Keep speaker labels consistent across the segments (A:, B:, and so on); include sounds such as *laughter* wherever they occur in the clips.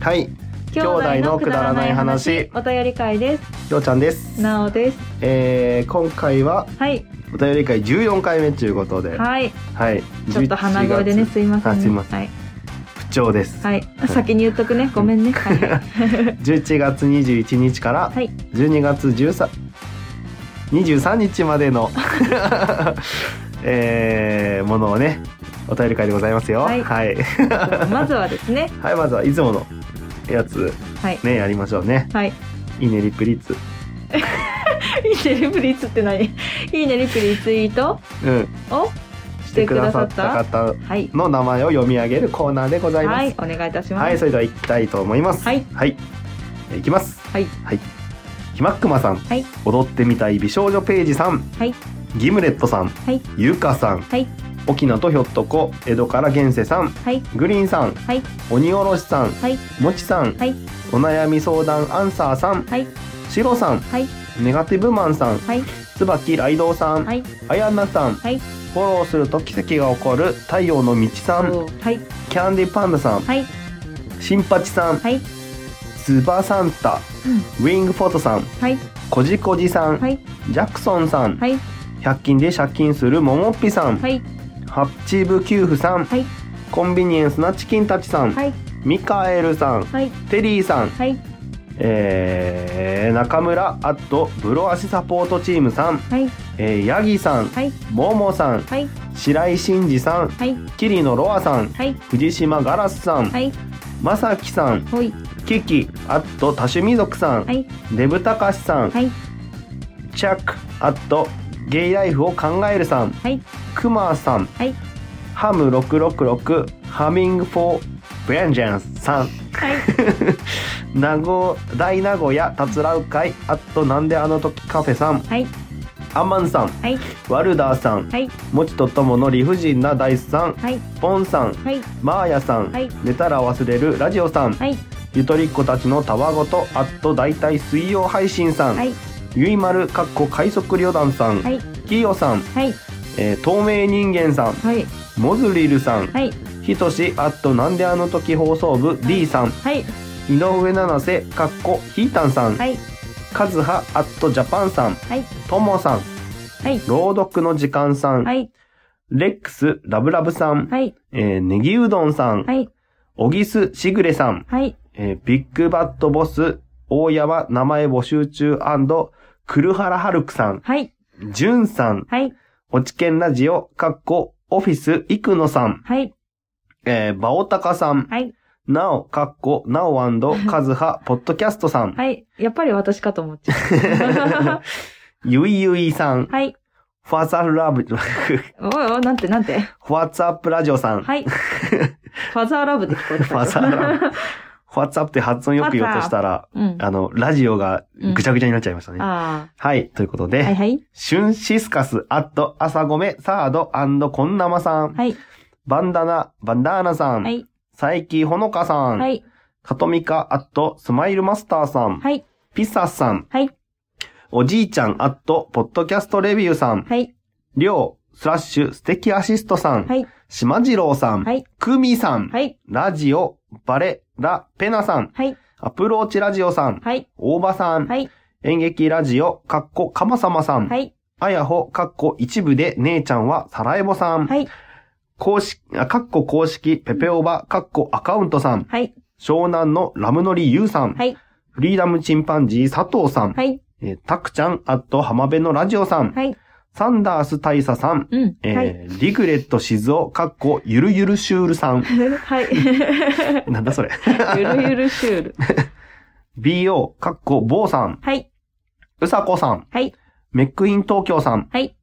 A: はい、兄弟のくだらない話
B: お便り会です
A: ようちゃんです。
B: なおです
A: えー、今回は
B: はい
A: お便り会14回目ということで、は
B: はい
A: い、
B: ちょっと鼻声で
A: 11
B: ね
A: 月
B: すいません、
A: あ
B: ね、
A: すいません
B: はい、
A: 不調です。
B: はい、 *laughs* 先に言っとくねごめんねはい
A: 11月21日から
B: はい
A: 12月13 23日まで
B: *laughs*
A: のえーものをねお便り会でございますよ。
B: はい
A: はい、
B: まずはですね
A: はいまずはいつものやつ
B: はい
A: ねやりましょうね。
B: はい *laughs*
A: いいねリプリッツ。
B: いいねリプリツって何い *laughs* いねリプリツイート
A: うん。
B: を
A: してくださった方
B: はい
A: の名前を読み上げるコーナーでございます。
B: は
A: はいい、
B: お願いいたします
A: それでは行きたいと思います。
B: はい
A: はい、いきます。
B: はい
A: はい。ひまっくまさん、
B: はい
A: 踊ってみたい美少女ページさん、
B: はい
A: ギムレットさん、
B: はい
A: ゆかさん、
B: はい
A: 沖縄とひょっとこ、江戸から現世さん、
B: はい
A: グリーンさん、
B: はい
A: 鬼おろしさん、
B: はい
A: もちさん、
B: はい
A: お悩み相談アンサーさん、
B: はい
A: しろさん、
B: はい
A: ネガティブマンさん、
B: はい
A: つばきライドウさん、
B: はい
A: あやなさん、
B: はい
A: フォローすると奇跡が起こる太陽の道さん、
B: おーはい
A: キャンディパンダさん、
B: はい
A: しんぱちさん、
B: はい
A: つばサンタ、
B: うん
A: ウィングフォトさん、
B: はい
A: こじこじさん、
B: はい
A: ジャクソンさん、
B: はい
A: 100均で借金するももっぴさん、
B: はい
A: ハッチーブ給付さん、
B: はい
A: コンビニエンスなチキンたちさん、
B: はい
A: ミカエルさん、
B: はい
A: テリーさん、
B: はい
A: えー中村あとブロ足サポートチームさん、
B: はい
A: えーヤギさん、
B: はい
A: ももさん、
B: はい
A: 白井真二さん、
B: はい
A: キリノロアさん、
B: はい
A: 藤島ガラスさん、
B: はい
A: まさきさん、
B: ほい
A: キキ、あと多趣味族さん、
B: はい
A: デブたかしさん、
B: はい
A: チャック、あとゲイライフを考えるさん、
B: はい
A: クマさん、
B: はい
A: ハム666、ハミングフォー、ベンジャンスさん、
B: はい
A: 名護大名古屋たつらう会、あとなんであの時カフェさん、
B: はい
A: アマンさん、
B: はい
A: ワルダーさん、
B: はい
A: もちとともの理不尽なダイスさん、
B: はい
A: ポンさん、
B: はい
A: マーヤさん、
B: はい
A: 寝たら忘れるラジオさん、
B: はい
A: ゆとりっ子たちのたわごと、あと大体水曜配信さん、
B: はい
A: ゆいまるかっこ快速旅団さん、
B: はい
A: きよさん、
B: はい
A: えー透明人間さん、
B: はい
A: モズリルさん、
B: はい
A: ひとし、あっとなんであの時放送部、D さん、
B: はい
A: 井上七瀬、かっこひーたんさん、
B: はい
A: かずは、あっとジャパンさん、
B: はい
A: ともさん、
B: はい
A: 朗読の時間さん、
B: はい
A: レックス、ラブラブさん、
B: はい
A: えーネギうどんさん、
B: はい
A: おぎす、しぐれさん、
B: はい
A: えービッグバットボス、大山、名前募集中くるはらはるくさん、
B: はい
A: じゅんさん、
B: はい
A: おちけんラジオ、かっこ、オフィス、いくのさん、
B: はい
A: えー、ばおたかさん、
B: はい
A: なお、かっこ、なおかず
B: *laughs*
A: は、ポッドキャストさん、
B: はいやっぱり私かと思っちゃう
A: ゆいゆいさん、
B: はい
A: ファーサフラブ、フ *laughs*
B: おいおいなんてなんて
A: ァーツアップラジオさん、
B: はいファザーラブで聞こえて
A: ファーツアップラジ
B: *laughs*
A: オ、ファーツアップって発音よく言おうとしたら、
B: うん
A: あの、ラジオがぐちゃぐちゃになっちゃいましたね。
B: あ
A: はい、ということで、
B: ーはいはい
A: シュンシスカス、アット、朝米、サード、コンナマさん、
B: はい
A: バンダナ、バンダーナさん、
B: はい
A: サイキほのかさん、
B: はい
A: カトミカ、アット、スマイルマスターさん、
B: はい
A: ピサさん、
B: はい
A: おじいちゃん、アット、ポッドキャストレビューさん、
B: はい
A: りょう、スラッシュ、素敵アシストさん、
B: はい
A: しまじろうさん、
B: はい
A: くみさん、
B: はい
A: ラジオ、バレ、ラ、ペナさん、
B: はい
A: アプローチラジオさん、
B: はい
A: 大場さん、
B: はい
A: 演劇ラジオ、かっこ、かまさまさん、
B: はい
A: あやほ、かっこ一部で姉ちゃんはサラエボさん、
B: はい
A: 公式、あかっこ公式、ペペオバ、かっこアカウントさん、
B: はい
A: 湘南のラムノリユウさん、
B: はい
A: フリーダムチンパンジー佐藤さん、
B: はい
A: えータクちゃん、あと浜辺のラジオさん、
B: はい
A: サンダース大佐さん、
B: うん
A: えー
B: はい、
A: リグレット静雄、かっこゆるゆるシュールさん *laughs*
B: はい
A: なんだそれ、
B: ゆるゆるシュール
A: BO、かっこ坊さん、
B: はいう
A: さこさん、
B: はい
A: メックイン東京さん、
B: はい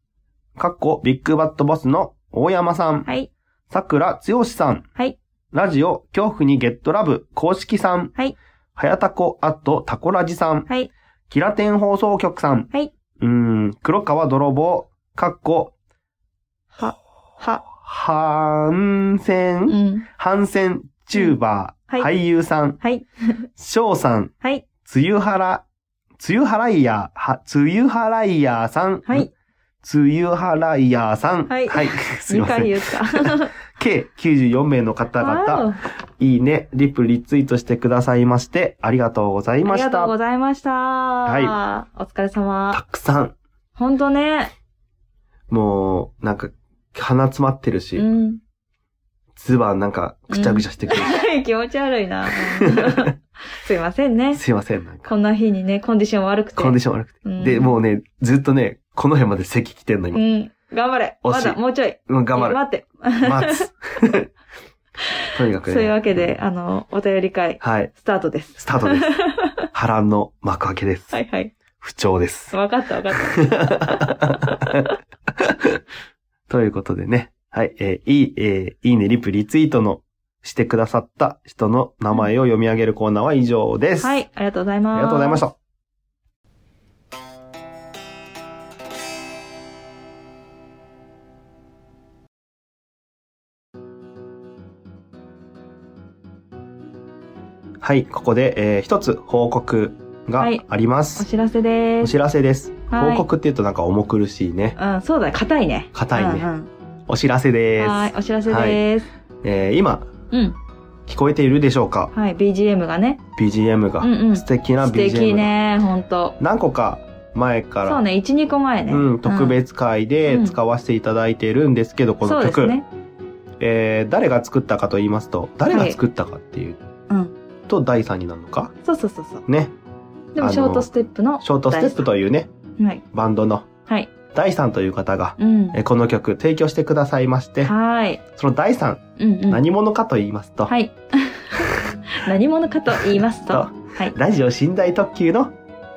A: かっこビッグバットボスの大山さん、
B: はい
A: さくらつよしさん、
B: はい
A: ラジオ、恐怖にゲットラブ、公式さん。
B: はい。
A: はやたこ、あと、タコラジさん。
B: はい
A: キラテン放送局さん。
B: はいう
A: ーん、黒川泥棒、かっこ、
B: は
A: 反
B: う
A: 戦、
B: ん
A: 反戦チューバー、
B: うんは
A: 俳優さん、
B: はい
A: 翔さん、
B: はい
A: つゆはら、つゆはらいや、は、つゆはらいやさん。
B: はい。
A: つゆはらいやーさん。
B: はい *laughs*
A: はい。すい
B: 2
A: ませ
B: 回
A: ん。
B: 言
A: *laughs*
B: った。
A: 計94名の方
B: *laughs*
A: 々、
B: わ
A: いいね、リプ、リツイートしてくださいまして、ありがとうござい
B: おあ
A: ま
B: り
A: し
B: がとうご
A: た。
B: ざいました。
A: は
B: お疲れ様。
A: たくさん、
B: ほんとね。
A: もう、なんか、鼻詰まってるし、
B: うん。 *laughs*
A: ズバンなんか、ぐちゃぐちゃしてくるし、
B: 気持ち悪いな。 *laughs* すいませんね。
A: すいません、
B: *laughs*
A: なん
B: こ
A: か、
B: んな日にね、コンディション悪くて。
A: コンディション悪くて。
B: うん
A: で、もうね、ずっとね、この辺まで席来てんの、今。
B: うん。頑張れ。
A: 惜
B: ま
A: しい
B: だ、もうちょい。
A: うん、頑張る。
B: 待って。
A: 待
B: *laughs*
A: つ。とにかく
B: そ
A: ね。
B: ういうわけで、。あの、お便り会、
A: はい。
B: スタートです。
A: スタート
B: *laughs*
A: です。波乱の幕開けです。
B: はいはい。
A: 不調です。
B: わかったわかっ
A: ということでね。はい。えーいい、えーいいね、リプ、リツイートのしてくださった人の名前を読み上げるコーナーは以上で
B: た。
A: す。
B: はい。ありがとうございます。
A: ありがとうございました。はい、ここで、えー一つ報告が
B: はい
A: あります。
B: お知らせで
A: お
B: す。
A: 知らせです。
B: はい
A: 報告って言うとなんか重苦しいね。
B: うん、そうだね。硬いね。
A: 硬いね
B: うんうん
A: お知らせです。
B: はい。お知らせです。
A: えー今、
B: うん。
A: 聞こえているでしょうか
B: はい。BGM がね。
A: ?BGM が。
B: うんうん
A: 素敵な
B: 素
A: BGM が。
B: 敵ね。ほんと。
A: 何個か前から。
B: そうね。1、2個前ね。
A: うん、特別会で使わせていただいてるんですけど、
B: う
A: こ
B: ん。そ
A: の
B: うで
A: 曲、
B: すね。
A: えー誰が作ったかと言いますと、誰が作ったかっていう
B: うん。
A: と第3になるのか
B: そうそうそうそう。
A: ね。
B: でも、ショートステップの。
A: ショートステップというね、
B: はい。
A: バンドの
B: はい。
A: 第3という方が、
B: うん。
A: えーこの曲提供してくださいまして、
B: はい。
A: その第3、
B: うんうん。
A: 何者かと言いますと、 *laughs*
B: はい。 *laughs* 何者かと言いますと。
A: と
B: はい。
A: ラジオ寝台特急の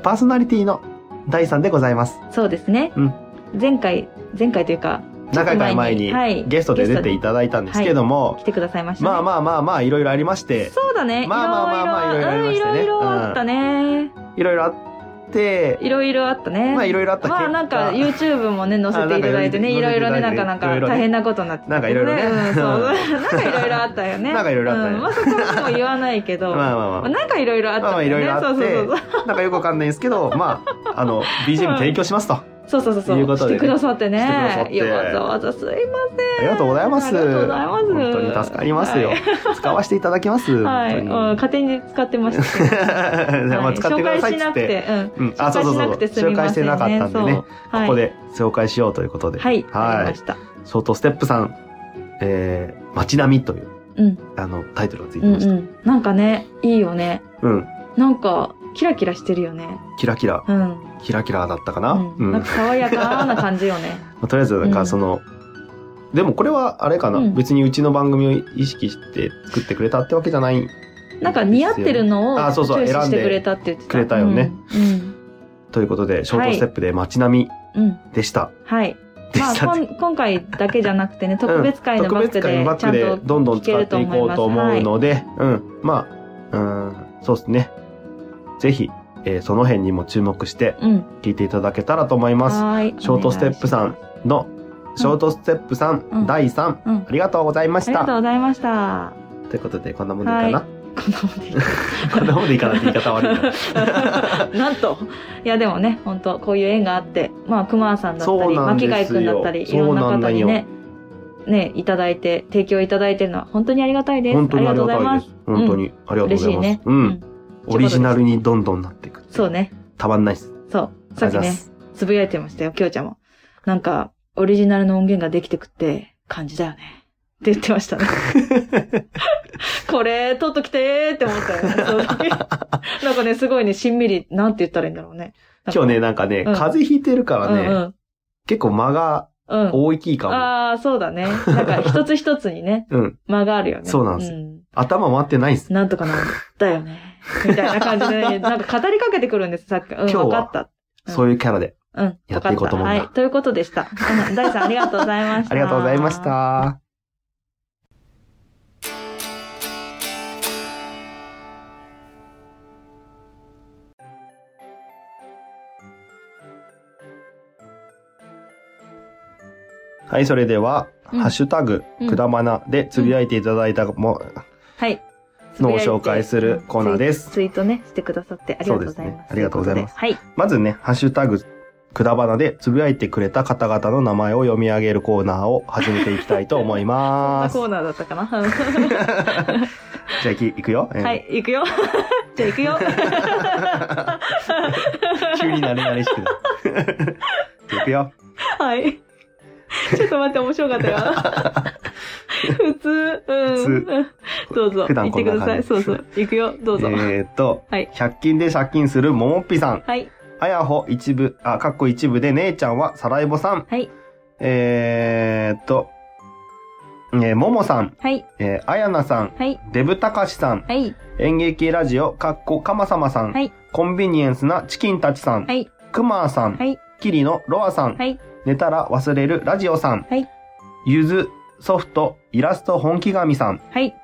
A: パーソナリティの第3でございます。
B: そうですね。
A: うん
B: 前回、前回というか、
A: 長い回前に
B: はい
A: ゲストで出ていただいたんですけども、
B: 来てくださいました、ね。
A: まあまあまあまあ、いろいろありまして、
B: そうだね。
A: まあまあまあまあいろいろありましたね
B: いろいろあったね。
A: いろいろあって、
B: いろいろあったね。
A: まあいろいろあった結
B: ま
A: 果、
B: あなんか YouTube もね載せていただいてねい
A: あ
B: ろいろね
A: な
B: なんん
A: か
B: か
A: 載せていただいて
B: なんか
A: いろいろね
B: 大変なことになって
A: なんかいろいろね
B: うんそうなんかいろいろあったよ
A: *laughs*
B: ね
A: なんかいろいろあったね
B: うんまあそこはもう言わないけど
A: *laughs* まあまあまあ
B: まあなんかいろいろあっ
A: まあま
B: た
A: あい
B: よ
A: ろい
B: ね
A: ろあ
B: そ
A: っ
B: うそうそう
A: て、なんかよくわかんないんですけど、まあ、あの、BGM 提供しますと。あ
B: そうそうそうそう
A: ということでね
B: してくださってね
A: してくださって
B: いやわざわざすいま
A: りがとうございます。
B: ありがとうございます
A: 本当に助かりますよ。
B: は
A: 使わせていただきます。
B: せんはい、うん、
A: 本当
B: 勝手に使ってました
A: *laughs*
B: けど
A: に。まあ使ってくださいっつっ
B: 紹介しなく
A: て。
B: て、うん、
A: うん、あ、そうそうそう。紹
B: 紹
A: 介
B: 介
A: し
B: してて
A: な
B: な
A: か
B: か
A: っ
B: ったた
A: ん
B: ん
A: で
B: で
A: ね、
B: ね
A: こ
B: はい
A: こで紹介しようということで。
B: はい、わか
A: は
B: りま
A: い。
B: した。
A: ショートステップさん、えー、街並みという、
B: うん、
A: あの、タイトルがついて
B: うん、
A: ま
B: う
A: した。
B: ん。なんかね、いいよね。
A: うん、
B: なんか、キラキラしてるよね。
A: キラキラ、
B: うん。
A: キラキラだったかな。うん。
B: うん、なん
A: ま
B: か爽やかな感じよ
A: *laughs*
B: ね。
A: あとりあえず、なんかその、でもこれはあれかな、
B: うん
A: 別にうちの番組を意識して作ってくれたってわけじゃない
B: なんか似合ってるのを
A: あそう
B: チ
A: そう
B: ョイス
A: 選ん
B: し
A: で
B: てくれたって言ってた。
A: くれたよね
B: うん。
A: ということで、ショートステップで街並み
B: うん。うん。
A: でした。
B: はい。
A: *laughs* で
B: まあ、
A: した
B: こ
A: って
B: ん今回だけじゃ
A: *laughs*
B: なくてね、特別会のバック
A: 特
B: で、
A: 別会のバ
B: ちゃ
A: ッ
B: ん
A: ク
B: と
A: でどんどん使っていこうと思うので、うん。まあ、うん、そうですね。ぜひ、えーその辺にも注目して
B: うん。
A: 聞いていただけたらと思います。
B: はーい。
A: ショートステップさんの、ショートステップさん、
B: うん
A: 第3、
B: お願いします。うん。
A: ありがとうございま
B: あ
A: し
B: りがとう
A: た。
B: ございました。
A: ということで、こんなもんでいいかな、
B: はこんなもんでいいか
A: *laughs* こんなもんでいいかなって言い方悪いな。
B: *laughs* なんといやでもね本当こういう縁があってまあ熊さんだった
A: そう
B: り
A: なんで
B: 巻
A: すよ
B: 貝くんだったりい
A: そ
B: ろ
A: うん
B: な
A: なんだ
B: 方
A: よ
B: にねねいただいて提供いただいてるのは本当にありがたいです
A: 本当にあ
B: あ
A: り
B: りがと
A: が
B: うご
A: たい
B: ざいま
A: ですす。本当にありがとうご
B: 嬉
A: ざ
B: し
A: い
B: い
A: ます。
B: ね
A: うん、
B: うん
A: オリジナルにどんどんなっていく。
B: そうね
A: たまんないっす。
B: そうさっき
A: ありがとうございま
B: ね
A: す
B: つぶやいてましたよきょうちゃんもなんかオリジナルの音源ができてくって感じだよねって言ってましたね
A: *laughs*
B: これ取っときてーって思ったよねそう
A: *laughs*
B: なんかねすごいねしんみりなんて言ったらいいんだろうね
A: 今日ね、なんかね、
B: ん
A: 風邪ひいてるからね、
B: うん
A: 結構間が
B: うんうん
A: 大きいかも。、
B: ああ、そうだね。なんか一つ一つにね *laughs*
A: うん。
B: 間があるよね。
A: そうなんです
B: ん
A: 頭回ってないんです。
B: なんとかなんだよね。みたいな感じ
A: *laughs*
B: で、ね、なんか語りかけてくるんです、さっき。うん、
A: 日は
B: わかった。うん
A: そういうキャラで。
B: うん、
A: やっ
B: わ
A: て
B: か
A: い
B: っ
A: こうと
B: た。
A: 思うん
B: は
A: だ
B: い。ということでした。うん大さんありがとうございました。
A: ありがとうございまし。た。はい、それでは、
B: うん
A: ハッシュタグ、
B: うん
A: くだまなでつぶやいていただいたも、
B: はい。
A: のを紹介するコーナーです
B: ツイツイートね、してくださってありがとうございま
A: そ
B: す。
A: うですねありがとうございます
B: はい。
A: まずね、ハッシュタグ、くだばなでつぶやいてくれた方々の名前を読み上げるコーナーを始めていきたいと思いま *laughs*
B: あ
A: す。
B: コーナーだったかな。
A: じゃあ、いき、いくよ。えー
B: *laughs* はい、行くよ。じゃあ行くよ。
A: 急に慣れ慣れしくなるじゃあいくよ。
B: はい。ちょっと待って、面白かったよ。
A: *laughs*
B: 普通、うん。どうぞ、
A: 普
B: 行
A: 段
B: っ
A: こ
B: て
A: ん
B: く
A: な
B: ださ
A: 感
B: い。
A: じ
B: そうそう。行くよ、どうぞ。
A: えーっと、
B: はい
A: 100均で借金するももっぴさん。
B: はい、
A: あやほ一部、あ、かっこ一部で姉ちゃんはサライボさん。
B: はい、
A: えーっと、えーももさん、
B: はい、
A: えーあやなさん、
B: はい、
A: デブたかしさん、
B: はい、
A: 演劇ラジオ、かっこかまさまさん、
B: はい
A: コンビニエンスなチキンたちさん、
B: はい、
A: くまーさん、
B: はい、
A: きりのロアさん、
B: はい、
A: 寝たら忘れるラジオさん、
B: はい
A: ゆず、ソフト、イラスト本気神さん、
B: はい、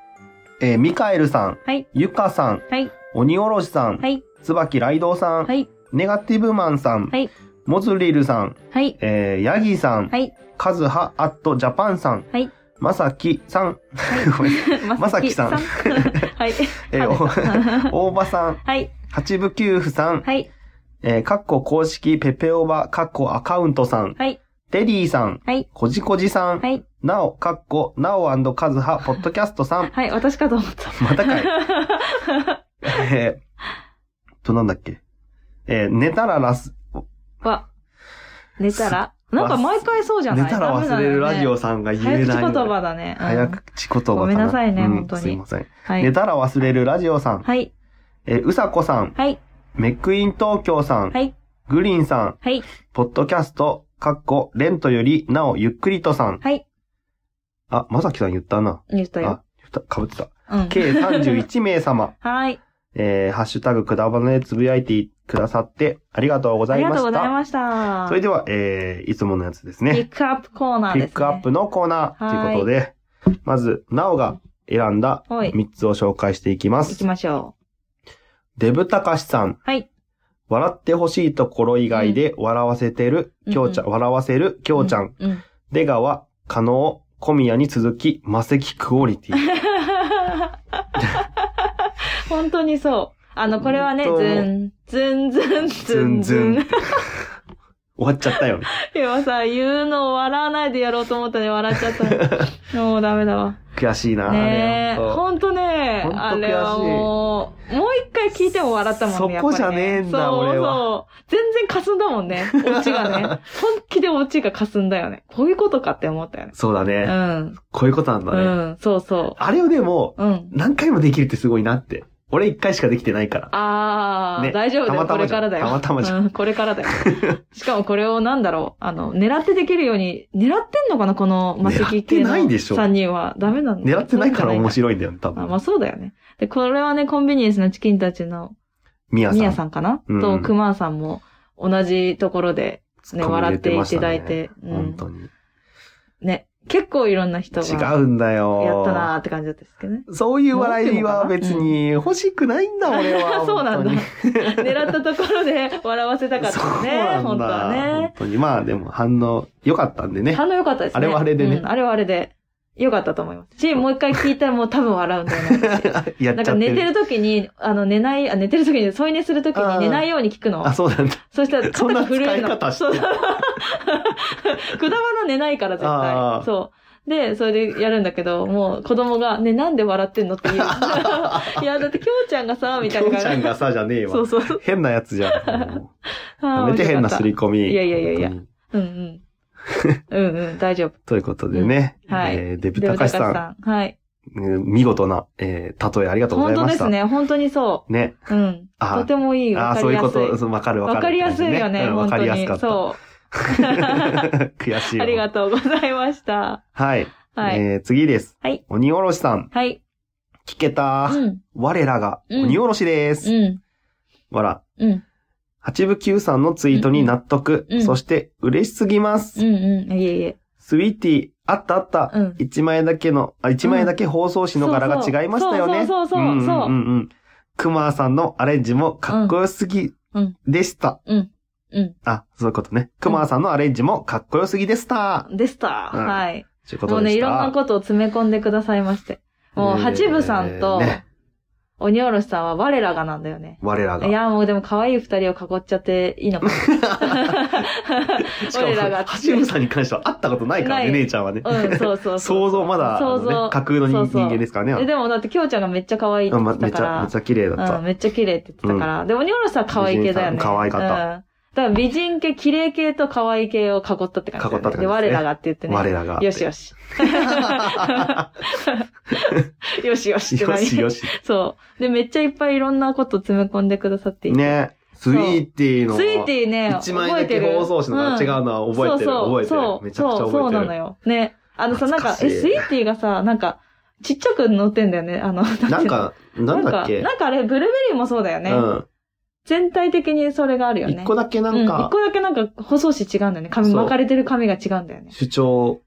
A: えーミカエルさん、
B: はい
A: ゆかさん、
B: はい、
A: 鬼おろしさん、
B: はい、
A: つばきらいどうさん、
B: はい、
A: ネガティブマンさん、
B: はい
A: モズリルさん、
B: はい、
A: えー、ヤギさん、
B: はい、
A: カズハアットジャパンさん、 *laughs*
B: はい
A: まさきさん、ごめんまさきさん
B: *laughs* はい、
A: えー
B: は
A: お *laughs* 大場さん、
B: い、 *laughs*
A: 八部九夫さん、
B: はい、
A: えー、かっこ公式ペペオバ、かっこアカウントさん、
B: はい、
A: テリーさん、
B: はい、
A: こじこじさん、
B: はい、
A: なお、かっこ、なおカズハ、ポッドキャストさん、
B: はい、私かと思った。
A: またか
B: *laughs*
A: い。えー、と、なんだっけ。えー、寝たらラス、
B: わ、寝たらなんか毎回そうじゃない
A: 寝たら忘れるラジオさんが言えないの
B: 早口
A: よ。
B: 言葉だね。うん
A: 早。口言葉かな。
B: ごめんなさいね
A: うん
B: 本当に
A: すいません。
B: は
A: 寝
B: い。
A: たら忘れるラジオさん、
B: はい。
A: えー、うさこさん、
B: はい。
A: メックイン東京さん、
B: はい。
A: グリーンさん、
B: はい。
A: ポッドキャスト、かっこ、レントより、なお、ゆっくりとさん。
B: はい。
A: あ、まさきさん言ったな。
B: 言ったよ
A: あ。、かぶってた。
B: うん。。
A: 計31名様
B: はい。
A: えー、ハッシュタグくだばねでつぶやいてくださって、ありがとうご
B: あ
A: ざい
B: りが
A: ま
B: とうご
A: し
B: ざい
A: た。
B: ました。
A: それでは、えー、いつものやつです
B: ピ
A: ね
B: ッ。クアップコーナー
A: ピ
B: です、ね。
A: ックアップのコーナーということで、まず、なおが選んだ
B: はい。
A: 3つを紹介していきま
B: 行
A: す
B: き。ましょ
A: デブたかしさん。
B: はい
A: 笑ってほしいところ以外で笑わせてる、
B: うん
A: きょうちゃん、
B: う
A: 笑わせる、き
B: う。
A: ょうちゃん。
B: うん。うん。
A: 出川、加納、小宮に続き、魔石クオリテ
B: *laughs*
A: ィ。
B: 本当にそう。あの、これはね、
A: 本当
B: ズン、ズン、ズン、ズン、
A: ズ
B: ズ
A: ンズ
B: ン
A: ン。終わっちゃったよね。
B: 今さ、言うのを笑わないでやろうと思ったね、笑っちゃった。
A: *laughs*
B: もうダメだわ。
A: 悔しいな、
B: ね
A: あ
B: え、
A: れ
B: ほんとね、
A: ほんと悔しい
B: あれはもう、もう一回聞いても笑ったもんね、
A: そこ
B: やっぱり
A: じゃねえんだ俺は
B: そうそう。全然霞んだもんね、オチがね。本気でオチが霞んだよね。こういうことかって思ったよね。
A: *laughs* そうだ
B: う
A: ね。
B: ん。
A: こういうことなんだ
B: う
A: ね。
B: ん、そうそ
A: あれをでも、
B: う。うん。
A: 何回もできるってすごいなって。俺一回しかできてないから。
B: あー、
A: ね
B: 大丈夫だよ。
A: た
B: こ
A: またま
B: れ
A: じゃん
B: からだよ。
A: たまたまじゃ
B: うん、これからだ
A: *laughs*
B: よ。しかもこれをなんだろう。あの、狙ってできるように、狙ってんのかなこの、マセキ系の
A: 狙ってないでしょ
B: 3人は。ダメなの
A: 狙ってないから面
B: い。
A: 白いんだよね、多
B: あまあ
A: 分。
B: そうだよね。で、これはね、コンビニエンスのチキンたちの
A: みやさん。
B: ミヤさんかな、
A: うん
B: と、クマさんも同じところで、
A: こ
B: ね、
A: こに
B: 笑
A: 入
B: っ
A: れ
B: てい
A: ましたね
B: だいて、う
A: 本
B: ん、
A: 当に。
B: ね、結構いろんな人が
A: 違
B: や
A: う
B: っ
A: んだよ。
B: たなーって感じだったんですけどね。
A: そういう笑いは別に欲しくない
B: *laughs*
A: んだ、俺は。
B: そうなん
A: *laughs*
B: だ
A: 本当に。
B: 狙ったところで笑わせたかった
A: *laughs*
B: ね、
A: そうなん
B: 本当
A: だ
B: は
A: 本
B: ね。
A: 当に。まあでも反応良かったんでね。
B: 反応良かったですね。
A: あれはあれでね
B: うんあれはあれで。良かったと思います。し、もう一回聞いたらもう多分笑うんだよね。
A: *laughs*
B: 私
A: やっ
B: なん
A: ちゃ
B: か
A: って
B: 寝てる時に、あの寝ない、あ寝てる時に、添い寝する時に寝ないように聞くの
A: あ、。そうなんだ。
B: そしたら肩が震えるの。
A: そんな使い方してる
B: そう *laughs* くだばな寝ないから絶
A: あー。
B: 対そう。で、それでやるんだけど、もう子供が、ね、なんで笑ってんのって
A: *laughs*
B: 言う。いや、だってきょうちゃんがさ、み
A: き
B: たい
A: ょ
B: な
A: うちゃんがさ、じゃねえ
B: そ
A: わ
B: う。そう。
A: 変なやつじゃん。もうや
B: *laughs* あー
A: めて変なす。り込み。
B: いやいやいやい
A: 本
B: や
A: 当に
B: 面白かったうんうん。うんうん、大丈夫。
A: *laughs* ということでね。
B: うんはい
A: えーデブ
B: でも
A: たかしさん、
B: 高橋ん。はい。
A: うん見事な、えー、例えありがとうござ
B: 本
A: い
B: 当
A: ま
B: で
A: し
B: す
A: た。
B: ね。本当にそ
A: ね。
B: う。うん。
A: あー
B: とてもいい。
A: あ
B: わ
A: あ、
B: か
A: そう
B: り
A: いうこ
B: やすい。
A: と、そうわかるわかる。
B: わかりやすいよね、
A: うんわ
B: 本
A: か
B: 当
A: りやす
B: に
A: か。った。
B: そ。
A: *laughs* 悔しいうわ。
B: *laughs* ありがとうございました。
A: はい。
B: はい。
A: えー、次です。
B: はい。
A: 鬼おろしさん、
B: はい。
A: 聞けた
B: う。ん。
A: 我らが、
B: うん
A: 鬼おろしです。
B: うん。
A: わら。
B: うん。
A: 八部九さんのツイートに納得。
B: うんうん
A: そして、嬉しすぎます。
B: うんうん。いえいえ。
A: スイーティー、あったあった
B: うん。
A: 一、枚だけの、あ、一枚だけ包装紙の柄が違いましたよね。
B: そうそうそうそうそう
A: うんうんうん。クマさんのアレンジもかっこよすぎ
B: うん
A: でした。
B: うん。
A: あ、そういうことね。クマさんのアレンジもかっこよすぎでした。
B: でした。
A: うん
B: はい。
A: というこ
B: も
A: と
B: う
A: で
B: ね、
A: し
B: い
A: た。
B: ろんなことを詰め込んでくださいまして。もう、八部さんと
A: えーね、
B: 鬼おろしさんは我らがなんだよね。
A: 我らが。
B: いや、もうでも可愛い二人を囲っちゃっていいのか
A: しかも、
B: 我らが
A: はしむさんに関しては会ったことないからね、
B: ない
A: 姉ちゃんはね。
B: な。うん、そうそうそう。
A: 想像、まだ、あ
B: 想
A: のね
B: 像。
A: 架空の人
B: そうそう
A: 人間ですから
B: え
A: ね。
B: でもだって、きょうちゃんがめっちゃ可愛いって
A: あ
B: 言
A: ま
B: ってた
A: めち
B: か
A: ゃ、め
B: ら
A: ち。ゃ綺麗だった
B: うん、。めっちゃ綺麗って言ってたから。で、鬼おろしさんは可愛い系だよね。
A: 美人さん可愛かった
B: うん。だから美人系、綺麗系と可愛い系を囲ったって感じだ
A: 囲ったって感
B: よね。
A: じですね
B: で、我らがって言ってね。
A: 我らが。
B: よし
A: *laughs*
B: よし。よしよしって
A: よ
B: 何
A: しよし。
B: そう。で、めっちゃいっぱいいろんなこと詰め込んでくださっていて。
A: ね。スイーティーの。
B: スイーティーね、
A: 一枚
B: 覚え
A: だ
B: て
A: け
B: る。
A: 放送紙のが違うのは覚えてる。
B: そうそう
A: 覚えてる。めちゃくちゃ
B: そうそう
A: 覚え
B: なの
A: てる。
B: よ。ね。あのさ、なん
A: 懐
B: か
A: か、しい
B: え、スイーティーがさ、なんか、ちっちゃく乗ってんだよね。あの、なんていうの
A: なん、
B: *laughs*
A: か、なんだっけ
B: なんかあれ、ブルーベリーもそうだよね。
A: うん。
B: 全体的にそれがあるよね。
A: 一個だけな
B: うんん一
A: か、
B: 個だけなんか、細し違うんだよね。髪、
A: そう
B: 巻かれてる髪が違うんだよね。
A: 主張、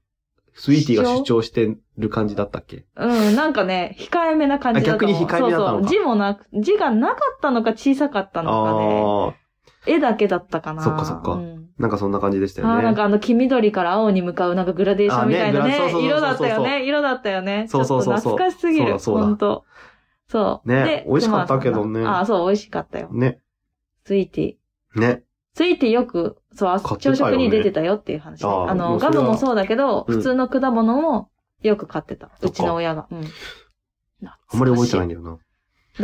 A: スイーティーが
B: 主
A: 主
B: 張
A: 張してる感じだったっけ
B: うん、なんかね、控えめな感じだと思う。
A: あ逆に控えめだったのか
B: そうそう。字もなく、字がなかったのか小さかったの
A: ああ、
B: かで、絵だけだったかな。
A: そっかそっか
B: うん
A: なんかそんな感じでした
B: あーな
A: よ
B: ん
A: ね。
B: かあの黄緑から青に向かうなんかグラデーションみたいな
A: あーねグラ
B: ね
A: そうそうそうそう
B: 色だったよね。色だったよね。
A: そうそうそうそう
B: ちょっと懐かしすぎる。
A: そうだそうだ
B: ほんと。そう。
A: ね
B: で
A: 美味しかったけどね
B: 熊さんがあー、そう、美味しかったよ。
A: ね。
B: スイーティー。
A: ね。
B: スイーティーよく、そう、あ
A: 買ってたよ
B: 朝
A: ね
B: 食に出てたよっていう話ね。
A: あーも
B: あの、
A: うそれ
B: ガ
A: は
B: ムもそうだけど、
A: うん
B: 普通の果物もよく買ってた。
A: そっか
B: うちの親が。う
A: あ
B: ん。
A: んまり覚えてない
B: い。
A: んだよな。
B: だか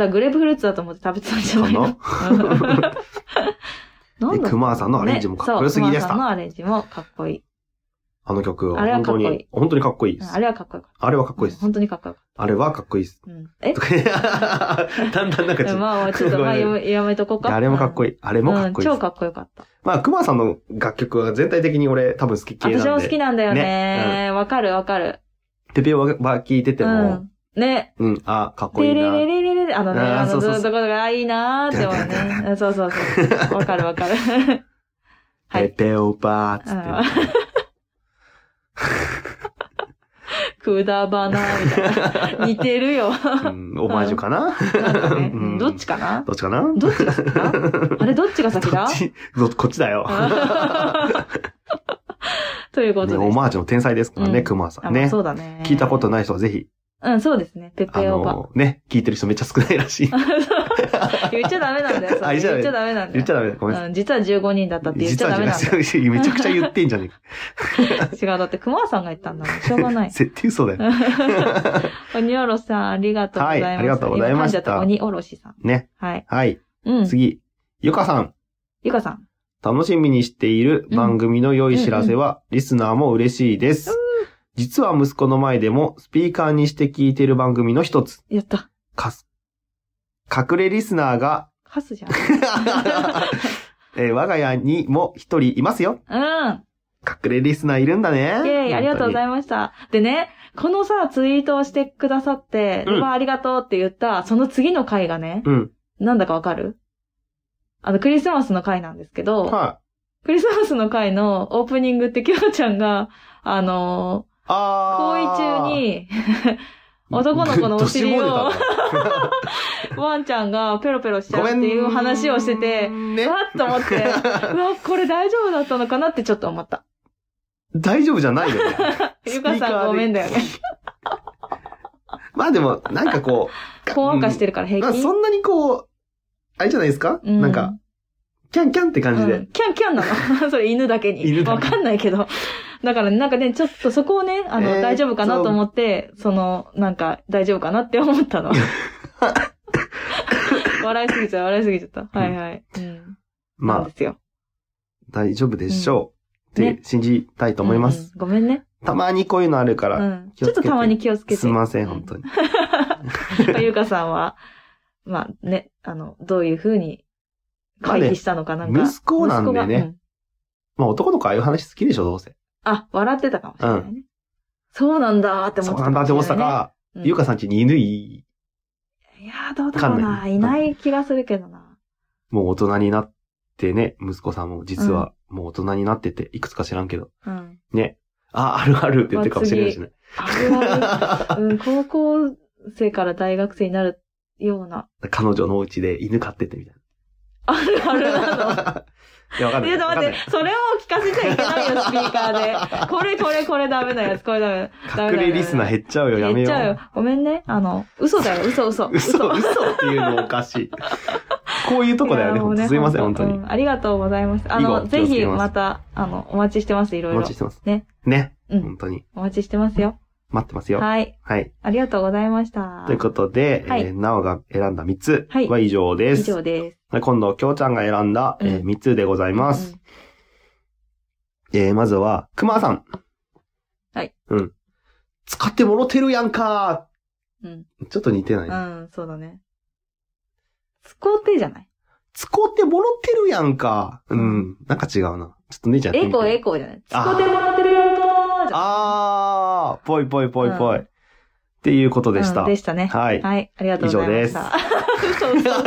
B: らグレープフルーツだと思って食べてたんじゃ *laughs* ないの
A: *laughs* かな
B: うんなん
A: え
B: だ
A: クマーさんのアレンジもかっこよすぎでし
B: ねそう熊さん
A: た。
B: のアレンジもかっこいい。
A: あの曲は
B: あれは
A: 本
B: かっ
A: 当
B: こいい
A: に、本当にかっこいいで
B: うん
A: す
B: あ。れはかっこよかった。
A: あれはかっこいいです。
B: 本当にかっこよかっ
A: あれはかっこいいです。
B: た。うんえ
A: とか *laughs* だんだんなんかちょっと
B: まあ、ちょっと、まあ、やめやめとこうか。
A: あれもかっこ
B: いい。
A: いい。あれもかっこいいで
B: うん
A: す
B: 超。かっこよかった。
A: まあ、熊さんの楽曲は全体的に俺多分好き系なんで。
B: 私も好きなんだよ
A: ね
B: ね。わかるわかる。
A: ペペは聴いてて
B: う
A: も、
B: ん。ね。
A: うん、あ、かっこい
B: レ
A: いな。
B: レレレレレレあのね、
A: あー
B: あ
A: そ
B: の、
A: う
B: ず
A: そう
B: っ
A: そう
B: とこが、あ、いいなーって思う
A: *laughs*
B: ね。うんそうそうそう。わかるわかる。は
A: ペ
B: い。
A: ペオバーっつって。
B: くだばなーみた
A: *laughs*
B: いな。似てるよ。
A: うん、オマージュかな
B: なんかね
A: う
B: うんんどっちかな
A: どっちかな
B: どっちが先だ
A: *laughs*
B: あれ、どっちが先
A: ど
B: だ
A: っちどこっちだよ。
B: *laughs* ということ
A: ね
B: で。
A: オマージュの天才ですから
B: う
A: ね、
B: ん
A: 熊さ
B: あ
A: ん
B: まあ
A: ね。
B: そうだね。
A: 聞いたことない人はぜひ、
B: うん、そうですね。ペ
A: あ
B: ペオバ。
A: の、ね、聞いてる人めっちゃ少ないらしい。
B: 言っちゃダメなんだよ。そ
A: あ
B: れ
A: 言っちゃダメ
B: 言っちゃダメなんだ
A: 言っ
B: よ
A: ち。ゃダメだ。ごめんなさい。
B: うん、実は15人だったって言っち
A: 実
B: ゃ
A: は
B: ダメなんだよ。
A: 違うめちゃくちゃ言ってんじゃね
B: 違う、だって熊さんが言ったんだもん。しょうが
A: え
B: な
A: か。 *laughs*
B: い。
A: 絶対嘘だよ。
B: 鬼おろしさん、ありがとうございます。
A: はいありがとうございました
B: 今噛んじゃ鬼おろしさん。
A: ね。
B: はい。
A: はい。
B: うん。
A: 次。ゆかさん。
B: ゆかさん。
A: 楽しみにしている番組の良い知らせは、リスナーも嬉しいです。実は息子の前でも、スピーカーにして聞いてる番組の一つ、
B: やった。
A: かす、隠れリスナー
B: *laughs*
A: が、
B: カスじゃ
A: えー我が家にも一人いますよ。
B: ん。
A: *laughs*
B: うん。
A: 隠れリスナーいるんだね。
B: イェイ、ありがとうござ
A: い
B: いました。でね、このさ、ツイートをしてくださって、
A: うん
B: うわありがとうって言った、その次の回がね、
A: うん。
B: なんだかわかるあの、クリスマスの回なんですけど、
A: はい。
B: クリスマスの回のオープニングって、きょうちゃんが、あのー、行為
A: あー。
B: 中に、男の子のお尻
A: *laughs*
B: を
A: ぐっと絞れたな
B: ワンちゃんがペロペロしちゃ
A: ご
B: う *laughs*
A: め
B: って
A: ん
B: いう話をしてて、
A: ね
B: わ。っと
A: *laughs*
B: 思って、うわ、これ大丈夫だったのかなってちょっと思った。
A: 大丈夫じゃない
B: *laughs*
A: よね。
B: ゆか
A: スピーカー
B: さ
A: で
B: んごめんだよね。
A: *laughs* まあでも、なんかこう。
B: ほんわかしてるから
A: ま
B: 平
A: あ
B: 気。
A: そんなにこう、あれじゃないですか、
B: う
A: なんか、、キャンキャンって感じで。
B: うんキャンキャンな
A: *laughs*
B: の。それ犬だけに。
A: 犬だけ
B: わかんないけど。だからねなんかね、ちょっとそこをね、あの、
A: えーっと
B: 大丈夫かなと思って、その、なんか、大丈夫かなって思
A: *laughs*
B: ったの。笑いすぎちゃう、笑いすぎちゃった。はいはい。うん。なん
A: まあ
B: で、すよ。
A: 大丈夫でしょう。
B: うん
A: って信じたいと思います。
B: うんうん。ごめんね。
A: たまにこういうのあるか
B: う
A: ら、
B: ん。
A: 気を
B: ちょ
A: つけて
B: っとたまに気をつけて。
A: すいません、本当に。
B: に。ゆかさんは、まあね、あの、どういうふうに回避したのかなんか。
A: まあね息子なんでね
B: 息子がうん
A: まあ男の子ああいう話好きでしょ、どうせ。
B: あ、笑ってたかもしれないね。そうなんだーって思
A: そ
B: って
A: う
B: た
A: な
B: か
A: んだ
B: も
A: っ
B: してれな
A: 思
B: いね。
A: ってたか、
B: うん
A: ゆかさんちに犬い、
B: いやー、どうだろ
A: わか
B: う
A: ん
B: な。
A: ない
B: いない気がするけどな。
A: もう大人になってね、息子さんも実はもう大人になってて、いくつか知らんけど、
B: うん。
A: あ、あるあるって言ってるかもしれないしね。
B: あるある。うん、高校生から大学生になるような。
A: *laughs* 彼女のお家で犬飼っててみたい
B: あるあるなの。
A: いや、わかん
B: い
A: ない。
B: や、ちょっと待っ
A: わかんない
B: て、それを聞かせちゃいけない
A: *laughs*
B: よ、スピーカーで。これ、これ、これダメなやつ、これダメ。ダメ
A: 隠れリスナー減っちゃうよ、やめ
B: 言
A: よ
B: っちゃう
A: う
B: よ。。ごめんね。あの、嘘だよ、嘘、嘘。
A: 嘘、嘘っていうのおかしい。こういうとこだよね、ほんとすいません、本当
B: う
A: に。
B: ありがとうございます。あ
A: 以後
B: の、
A: 気を
B: ぜ
A: つけ
B: ひ、
A: ます
B: また、あの、お待ちしてます、い
A: お
B: ろいろ
A: 待ち。してます。
B: ね。
A: ね。
B: うん
A: 本当に。
B: お待ちしてますよ。
A: 待ってますよ。
B: はい。
A: はい。
B: ありがとうございました。
A: ということで、
B: はい
A: えーなおが選んだ3つ
B: はい
A: は以上で
B: 以
A: す。
B: 上です。
A: はい今度、きょうちゃんが選んだ、えー
B: うん
A: 3つでございます。
B: うん
A: えーまずは、くまさん。
B: はい。
A: うん。使ってもろてるやんか
B: うん。
A: ーちょっと似てない、
B: うん、そうだね。使うてじゃない
A: 使ってもろてるやんかーうん。なんか違うな。ちょっと姉ちゃんやって
B: エ
A: みて。
B: コーエコーじゃない
A: あー
B: 使うてもらってるやんかーじゃ
A: あー、ぽいぽいぽいぽい。
B: うん
A: っていうことでした。
B: うんでしたね。
A: はい
B: はい。ありがとうございました。以上です。嘘嘘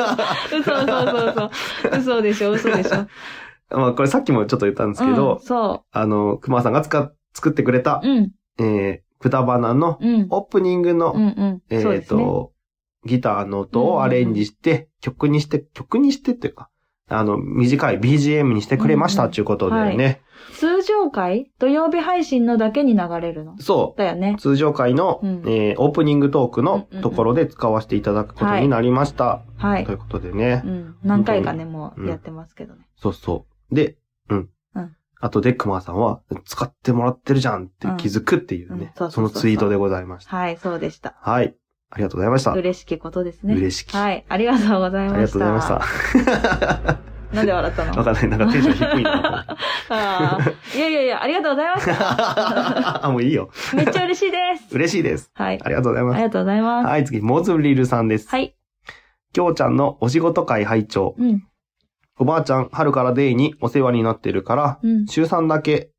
B: 嘘嘘嘘嘘でしょ、嘘でしょ。
A: *laughs* まあ、これさっきもちょっと言ったんですけど、
B: うん、そ
A: あの、くまさんが使っ作ってくれた
B: う。、うん、
A: えー、くだばなの
B: うん。
A: オープニングの、
B: うん、うん。
A: えっ、
B: そうですね。
A: と、ギターの音をアレンジして、曲にして、曲にしてっていうか、あの、短い BGM にしてくれました
B: うんうん
A: っていうことでね、
B: 通常回土曜日配信のだけに流れるの。
A: そ
B: だよね
A: う、。通常回の、
B: うん
A: えーオープニングトークの
B: うんうんうん
A: ところで使わせていただくことになりました。
B: はい
A: とい。うことでね、
B: うん。何回かね、も
A: うん
B: うやってますけどね。
A: そうそう。で、うん。
B: うん
A: あとで、熊さんは、使ってもらってるじゃんって気づくっていう
B: うんうん
A: ね、
B: そう
A: そ
B: そうそうそ
A: の
B: う
A: ツイートでございました。
B: はい、そうでした。
A: はい。ありがとうございました。
B: 嬉しきことですね。
A: 嬉しき。
B: はい、ありがとうござい
A: あ
B: ました。
A: りがとうございました。。
B: なんで笑った
A: わ
B: の
A: かんない。なんかテンション低いなと思って。
B: あーいやいやいや、ありがとうござい
A: *laughs*
B: ました。
A: あ、もういいよ。
B: めっちゃ嬉しいです。
A: 嬉しいです。
B: はい。
A: ありがとうござい
B: あ
A: ま
B: り
A: す。
B: がとうございます。
A: はい、次、モズリルさんです。
B: はい。
A: きょうちゃんのお仕事会拝聴。
B: うん。
A: おばあちゃん、春からデイにお世話になってるから、
B: うん。
A: 週3だけ、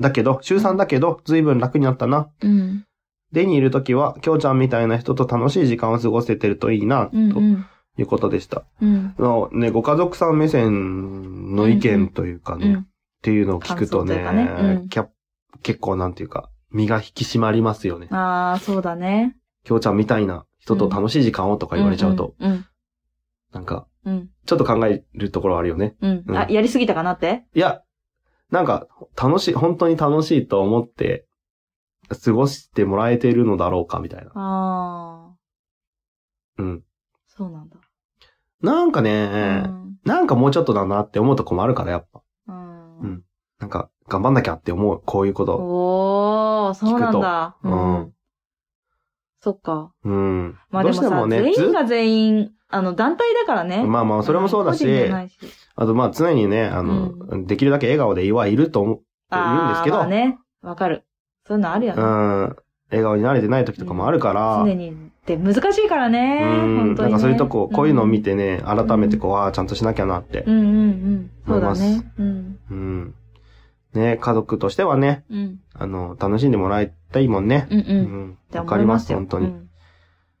A: だけど、週3だけど、ずいぶん楽になったな。
B: うん。
A: デイにいるときは、きょうちゃんみたいな人と楽しい時間を過ごせてるといいな、と
B: うん。
A: い
B: うん。
A: うことでした。
B: うん。
A: あのね、ご家族さん目線の意見というかね、
B: う
A: っ
B: ん。
A: ていうのを聞くとね、
B: 感想というかねうん
A: キャ結構なんていうか、身が引き締まりますよね。
B: ああ、そうだね。
A: きょうちゃんみたいな人と楽しい時間をとか言われちゃうと、
B: うん。
A: なんか、
B: うん。
A: ちょっと考えるところあるよね。
B: うん。うんあ、やりすぎたかなって
A: いや、なんか、楽しい、本当に楽しいと思って、過ごしてもらえているのだろうか、みたいな。
B: ああ、
A: うん。
B: そうなんだ。
A: なんかね、
B: うん
A: なんかもうちょっとだなって思うとこもあるから、やっぱ。
B: うん
A: うんなんか、頑張んなきゃって思う、こういうこと。
B: おー、そうなんだ。
A: 聞くとうん
B: そっか。
A: うん。
B: まあ
A: ど
B: で
A: う
B: も
A: して
B: さ、
A: もね、
B: 全員
A: ず
B: が全員、あの、団体だからね。
A: まあまあ、それもそうだし
B: 個人、じゃないし
A: あとまあ常にね、あの、
B: う
A: できるだけ笑顔ではいると思う、言うんです
B: あ
A: け
B: ー
A: ど
B: まあね。わかる。そういうのあるよ
A: う
B: ね。
A: ん、笑顔に慣れてない時とかもあるから、
B: 常にって難しいからね。
A: うん
B: 本当にね。
A: なんかそういうとこ、こういうのを見てね、
B: ん
A: 改めてこう、ああ、ちゃんとしなきゃなって
B: う。ん。うんうんうん。そうだ
A: 思いま
B: ね。うん。
A: うん。ね、家族としてはね、
B: うん。
A: あの、楽しんでもらいたいもんね。
B: うんう。
A: うん
B: っ
A: ん。
B: て
A: わ
B: 思
A: か
B: い
A: りま
B: ます
A: す、
B: よ。
A: 本当
B: う
A: に。
B: ん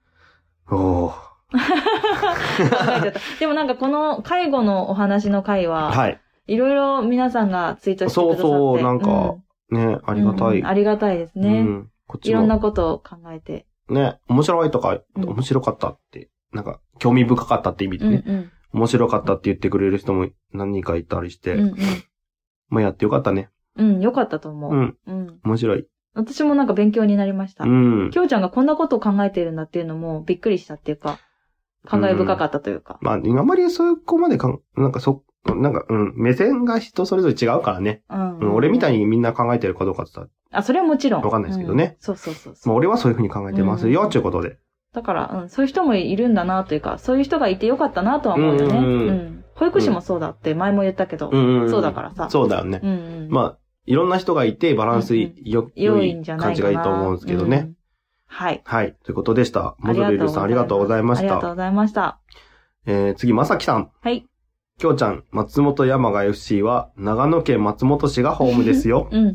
A: おー
B: 考えちゃった。でもなんかこの介護のお話の回は、
A: はい。
B: いろいろ皆さんがツイートしてくださって
A: そうそうなんか
B: う
A: ね、ありがたい。
B: うんありがたいですね。
A: うん。こっ
B: い
A: ち
B: ろんな
A: も、
B: ことを考えて。
A: ね、面白いとか、
B: うん
A: 面白かったって、なんか、興味深かったって意味で
B: うん
A: ね、
B: うん。
A: 面白かったって言ってくれる人も何人かいたりし
B: うん
A: て、
B: うん。
A: まあやってよかったね。
B: うん、よかったと思
A: う
B: う。
A: ん、
B: うん。
A: 面白い。
B: 私もなんか勉強になりました
A: う。ん。
B: *laughs* きょうちゃんがこんなことを考えてるんだっていうのもびっくりしたっていうか、考え深かったというか。
A: まあ、あんまりそこまでかん、なんかそ、なんか、うん、目線が人それぞれ違うからね。
B: うん
A: うん、俺みた
B: い
A: いにみんな考えてるかどうかって言ったら、
B: あ、それはもちろん。
A: わかんないですけどね
B: うん。そうそうそうそう。
A: まあ、俺はそういうふうに考えてますよ、
B: うん
A: ということで。
B: だから、うん、そういう人もいるんだなというか、そういう人がいてよかったなとは思うよね。
A: う
B: う
A: う
B: ん
A: んうん
B: ん。保育士もそうだって前も言ったけど、
A: ん、
B: そうだからさ
A: そうだよね。
B: うんうん。
A: まあ、いろんな人がいて、バランスい
B: うん
A: よ、良
B: 良
A: い
B: いんじゃな
A: 感
B: い
A: じ
B: か
A: が
B: な。
A: いいと思うんですけどね。
B: うん。はい。
A: はい。ということでした。モズビルさん、ありがとうございまし
B: ありがとう
A: た。
B: ございました。
A: えー、次、まさきさん。
B: はい。
A: きょうちゃん、松本山が FC は、長野県松本市がホームですよ。
B: うん。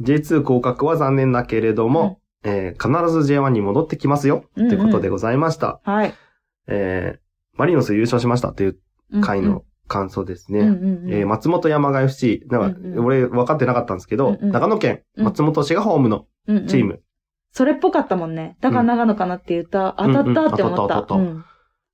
A: J2 降格は残念だけれども、えー必ず J1 に戻ってきますよ。
B: うんうん
A: ということでございました。
B: はい。
A: えー、マリノス優勝しましたという回の感想ですね。
B: うんうんうんうん
A: えー松本山が FC、なんか、
B: うんうん
A: 俺分かってなかったんですけど、
B: うんうん
A: 長野県
B: うん
A: 松本市がホームの
B: うんうん
A: チーム。
B: それっぽかったもんね。だから長野かなって言った、
A: ん
B: 当たったって思
A: うんうん当た
B: っ
A: った
B: た。
A: 当
B: う
A: た
B: ん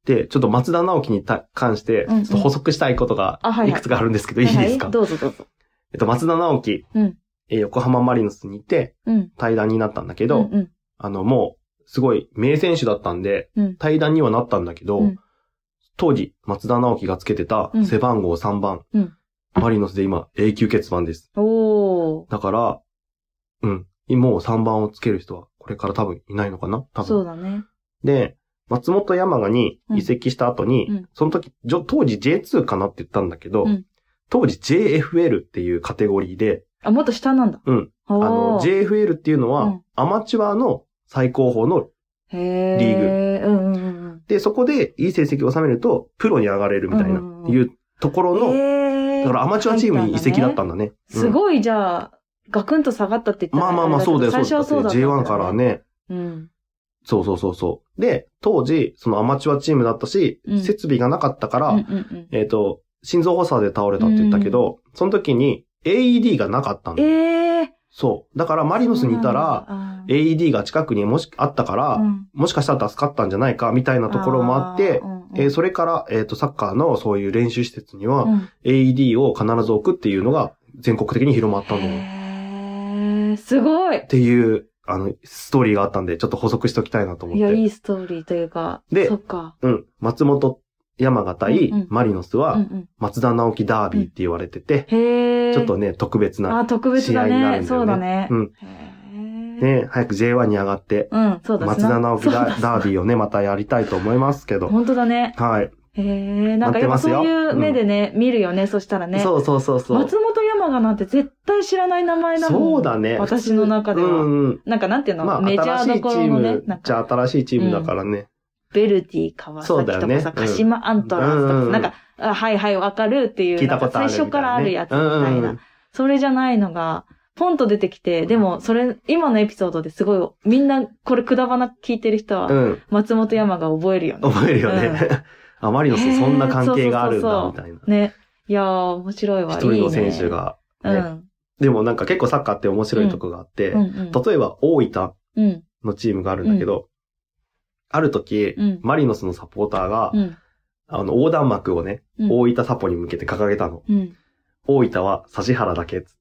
A: で、ちょっと松田直樹にた関して、ち
B: うん
A: ょ
B: うん
A: っと補足したいことが
B: あはいはい
A: いくつかあるんですけど、いいです
B: は
A: か
B: はどうぞどうぞ。
A: えっと、松田直樹、
B: うん
A: えー横浜マリノスにいて、
B: うん。
A: 対談になったんだけ
B: け
A: ど、
B: うんうん。
A: あの、もう、すごい名選手だったんで、
B: うん
A: 対談にはなったんだけど、
B: うん
A: 当時、松田直樹がつけてた
B: うん
A: 背番号3番、
B: うん
A: マリノスで今、永久欠番です。
B: おー。
A: だから、うん、もう3番をつける人は、これから多分いないのかな多分
B: そう。だね。
A: で、松本山雅に移籍した後に、
B: うんうん
A: その時、じょ当時 J2 かなって言ったんだけど、
B: うん
A: 当時 JFL っていうカテゴリーで、
B: あ、もっと下なんだ。
A: うん。
B: あ
A: あの、JFL っていうのは、
B: うん
A: アマチュアの最高峰の、
B: へー
A: リ
B: うんうんうん
A: で、そこでいい成績を収めると、プロに上がれるみたいな、
B: うんうんうん
A: いうところ
B: うん。
A: の、
B: へー
A: だからアマチュアチームに移籍だった
B: 入
A: んだね。
B: たんだねす
A: い。
B: ごい、じゃあ、ガクンと下がったって言っ
A: まあ
B: た
A: まあまあ、そうだよ、
B: 最初は
A: そ
B: そううだ
A: だ
B: っ
A: よ。
B: たんだよ
A: J1 から。ね、
B: うん。
A: そうそうそうそう。で、当時、そのアマチュアチームだったし、
B: うん
A: 設備がなかったから、
B: うんうんうん
A: えっ、と、心臓発作で倒れたって言ったけど、その時に AED がなかったんだよ
B: ええ。
A: そう。だからマリノスにいたら、
B: ら、
A: AED が近くにもしあったから、
B: うん
A: もしかしたら助かったんじゃないか、みたいなところもあって、、えーそれから、えっ、と、サッカーのそういう練習施設には、AED を必ず置くっていうのが全国的に広まった
B: だ
A: んだよ。っ
B: へーすごい
A: ていう、あの、ストーリーがあったんで、ちょっと補足しときたいなと思っ
B: いや、
A: て。
B: いいストーリーというか、
A: で
B: そっか。
A: うん。松本山形対
B: うんうん
A: マリノス
B: うんう
A: は、
B: ん
A: 松田直樹ダービーって言われてて、
B: へえ。
A: ちょっとね、特別な
B: あ、特別だ
A: 試合になる
B: ね。
A: んだよね
B: そうだね。
A: うん
B: へえ。
A: ね、早く J1 に上がって、
B: うん、そうだ
A: 松田直樹
B: そう
A: ダダービーをね、またやりたいと思いますけど。
B: 本当だね。
A: はい。
B: へえ、なん
A: 待
B: か
A: って
B: 今
A: ますよ
B: そういう目でね、見るよね、そしたらね。
A: そうそうそうそう。
B: 松本山雅なんて絶対知らない名前だもん。
A: そうだね。
B: 私の中では
A: うんうん。
B: なんかなんていうの、
A: まあ、
B: メジャ
A: 新し
B: ー
A: い
B: ど
A: チ
B: ころ
A: ー
B: のね
A: ム、、
B: なん
A: じゃ
B: か、
A: あ新しいチームだからね。
B: ベルディ、川
A: そう
B: 崎
A: だよ
B: と
A: ね
B: かさ、
A: うん
B: 鹿島アントラーズとか
A: うんう
B: さ、
A: んうん
B: なんか、あはいはい、わかるっていう、
A: 聞いたことある
B: なんか最初からあるやつみたいな。
A: みたいなねうんうん
B: それじゃないのが、ポンと出てきて、でも、それ、今のエピソードですごい、みんな、これ、くだばな聞いてる人は、
A: うん。
B: 松本山が覚えるよね。
A: 覚えるよね。 *laughs* あ、マリノスにそんな関係があるん
B: へー
A: だ、
B: そう
A: み
B: そ
A: たいな。
B: ね。いやー、面白いわ。
A: 一人の選
B: いい
A: 手
B: ね
A: が。
B: う
A: ね
B: ん。
A: でもなんか結構サッカーって面白いとこがあって
B: う、ん。
A: 例えば大分
B: うん。うん。
A: のチームがあるんだけど、ある時
B: うん、
A: マリノスのサポーターが
B: う、ん。
A: あの、横断幕をね、
B: うん
A: 大分サポに向けて掲げたの。
B: うん。
A: 大分は指原だけっつ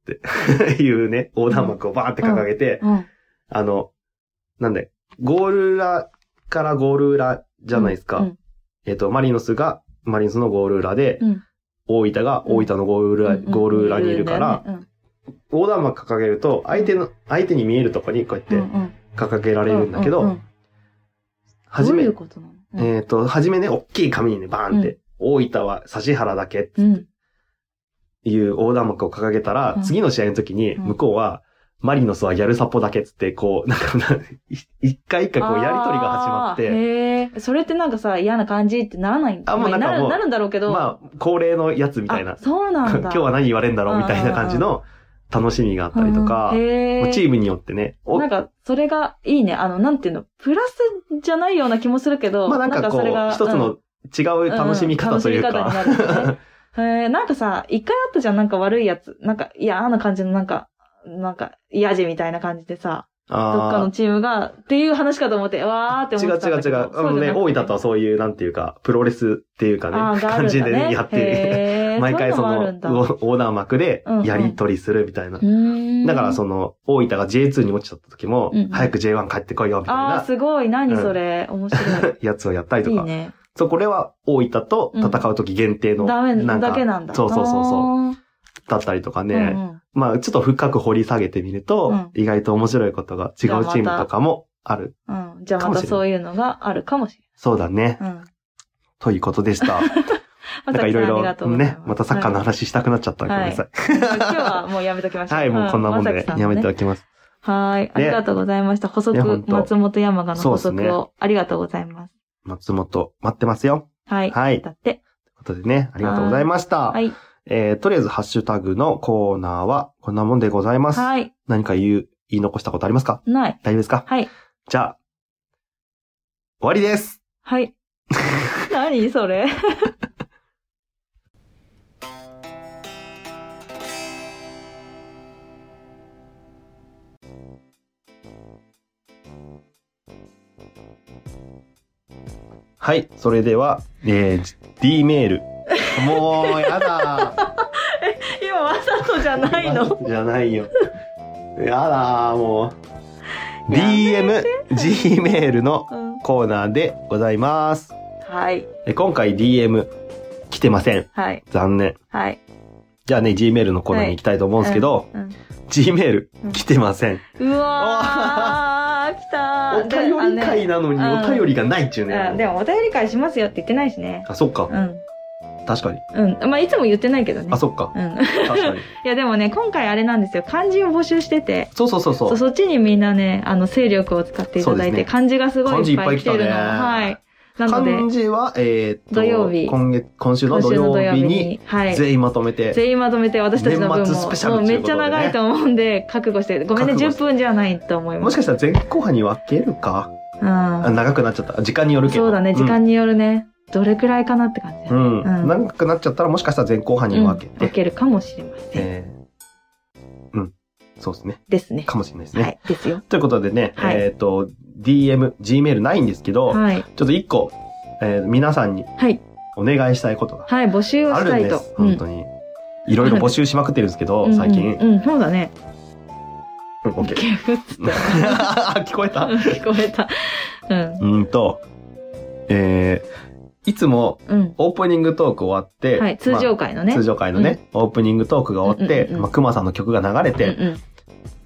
A: って、 *laughs* いうね、横断幕をバーって掲げて、
B: うん。
A: あの、なんで、ゴール裏からゴール裏じゃないですか。
B: うん
A: えっと、マリノスがマリノスのゴール裏で、
B: うん
A: 大分が大分のゴール裏、ゴール裏にいるから、、
B: うん
A: 横断幕掲げると、相手の、相手に見えるとこにこう
B: うん
A: や
B: う
A: っ
B: ん
A: て掲げられるんだけ
B: うう
A: ど
B: ん、
A: 初
B: どう
A: め
B: いう、ことなの
A: えっと、初めね、大きい紙にね、バーンって、大分は指原だけっ
B: うんうん
A: いう横断幕を掲げたら、
B: うん
A: 次の試合の時に、
B: うん
A: 向こうは、マリノスはギャルサポだけっつって、こう、 *laughs* なんかな、い一回一回こうやりとりが始まっ
B: あー
A: て、
B: へえ。それってなんかさ、嫌な感じってならない
A: あもうなんか
B: ま
A: も
B: あ
A: う
B: るなるんだろうけど。
A: まあ、恒例のやつみたい
B: あ
A: な、
B: そうなん
A: *laughs*
B: だ。
A: 今日は何言われんだろうみたいな感じの楽しみがあったりとか
B: うん、へ
A: まあ
B: ー
A: チームによってね、お
B: なんか、それがいいね。あの、なんていうの、プラスじゃないような気もするけど、
A: まあなんかこう、一つの違う楽しみ方というか、
B: 楽しみ方になるよねえー、なんかさ、一回あったじゃん、なんか悪いやつ。なんか、いや、あの感じの、なんか、なんか、嫌じみたいな感じでさ、どっか
A: あ
B: のチームが、っていう話かと思って、わーって
A: ー違
B: 思
A: う
B: って
A: *laughs* 違
B: たん
A: う
B: だけ
A: 違
B: ど。
A: う。あのね、大分とはそういう、なんていうか、プロレスっていうかね、
B: あーがある
A: 感
B: んだね
A: じでね、やってる。
B: へー
A: *laughs* 毎回そ
B: そういうのもあ
A: の、
B: るんだ
A: お横断幕で
B: うんう、ん
A: やり取りするみたいな。
B: うーん
A: だからその、大分が J2 に落ちちゃった時も、
B: うんうん
A: 早く J1 帰ってこいよ、みたい
B: ああ、
A: な
B: すごい。何それ。面白
A: やつをやったり
B: い。い
A: *laughs* と
B: い
A: か。
B: ね。
A: そう、これは大分と戦う時限定の、
B: ダメ
A: なんか
B: だけなんだ。
A: そうそうそうそう。
B: う。
A: だったりとか
B: うんう
A: ね。
B: ん
A: まあ、ちょっと深く掘り下げてみると、意外と面白いことが違うチームとかもある。
B: うん。じゃあ
A: かも
B: ま
A: しれ
B: た
A: ない
B: そういうのがあるかもし
A: そうだね。
B: れない。うん。
A: ということで
B: *laughs*
A: した。なん
B: ま
A: か
B: さ
A: い
B: きさんあ
A: ろ
B: りが
A: い
B: と
A: ろ
B: うござい
A: ね
B: ま、す
A: またサッカーの
B: はい
A: 話したくなっちゃった。ごめんなさい。
B: 今日はもうやめときましょ
A: *laughs*
B: う。
A: はい、もうこんなもん
B: ま
A: で
B: さきさ
A: やめて
B: ね
A: おきます。
B: はい。ありがとうございました。補
A: いやほん
B: 足、
A: と
B: 松本山雅の補
A: そうっす
B: 足
A: ね
B: を。ありがとうございます。
A: 松本、待ってますよ。
B: はい。
A: はい
B: だって。
A: ということでね、ありがとうございました。
B: はい。
A: えー、とりあえずハッシュタグのコーナーはこんなもんでございます。
B: はい。
A: 何か言う、言い残したことありますか
B: ない。
A: 大丈夫ですか
B: はい。
A: じゃあ、終わりです *laughs*
B: はい。何それ
A: はい。それでは、えー、D メール。もう、やだ
B: 今わざとじゃないの
A: じゃないよ。やだーもう。DM、G メールの
B: うん。
A: コーナーでございます。
B: はい。
A: え今回 DM 来てません。
B: はい。
A: 残念。
B: はい。
A: じゃあね、G メールのコーナーに行きたいと思うんですけど、
B: うん。
A: G メール来てません。
B: うわー、来た
A: お
B: ー。であ
A: 便り
B: ね
A: 会なのに
B: うん
A: お便りがないっちゅうね。
B: うん、でもお便り会しますよって言ってないしね。
A: あ、そっか
B: う。ん。
A: 確かに。
B: うん。まあ、いつも言ってないけどね。
A: あ、そっか。
B: うん。 *laughs*
A: 確かに。
B: いや、でもね、今回あれなんですよ。漢字を募集してて。
A: そうそうそうそ
B: そう
A: う。
B: そっちにみんなね、あの、勢力を使っていただ
A: そ
B: い
A: うで
B: て、
A: すね
B: 漢字がすごいいっぱい来てる
A: 漢字いっぱい来たね
B: の。はい。なので
A: 漢、字は、えーっと、
B: 土曜日
A: 今月、今週の
B: 今
A: 土
B: 週の土
A: 曜
B: 曜
A: 日
B: 日
A: に、
B: に、はい。
A: 全員まとめて、
B: 全員まとめて私たちの分
A: 年末
B: も、
A: スペシャル
B: もうめっ
A: と
B: ち
A: いうことでね
B: ゃ長いと思うんで、覚悟して、ごめんね、
A: 覚悟し
B: 10分じゃないと思い
A: も
B: ま
A: し
B: す。
A: かしたら前後半に分けるか。あ
B: う
A: 長くなっちゃった。時間による
B: ん。
A: けど。
B: そうだね、時間によるね、どれくらいかなって感じだね。
A: うん。うん
B: うん
A: 長くなっちゃったら、もしかしたら前後半に分け
B: うん
A: て。
B: 分けるかもしれません。
A: えーうん。そうですね。
B: ですね。
A: かもしれないですね。
B: はい。ですよ。
A: ということでね、
B: はい
A: えっ、と、DM、Gmail ないんですけど、
B: はい。
A: ちょっと一個、えー皆さんに
B: はい。
A: お願いしたいことが
B: はい。募集を
A: あ
B: し
A: る
B: た
A: ん
B: い
A: です。
B: と。
A: 本当に。いろいろ募集しまくってるんですけど、最近。
B: うんうん、うんそうだね。
A: うん OK
B: ゲフっつっ
A: *laughs*
B: た。
A: 聞こえた
B: うん聞こえた。うん。
A: うんと、えー、いつも
B: うん。
A: オープニングトーク終わって、
B: はい。通常回の
A: まあ
B: ね。
A: 通常会のね、オープニングトークが終わって、
B: うんうんうん
A: まあ、熊さんの曲が流れて、
B: うんうん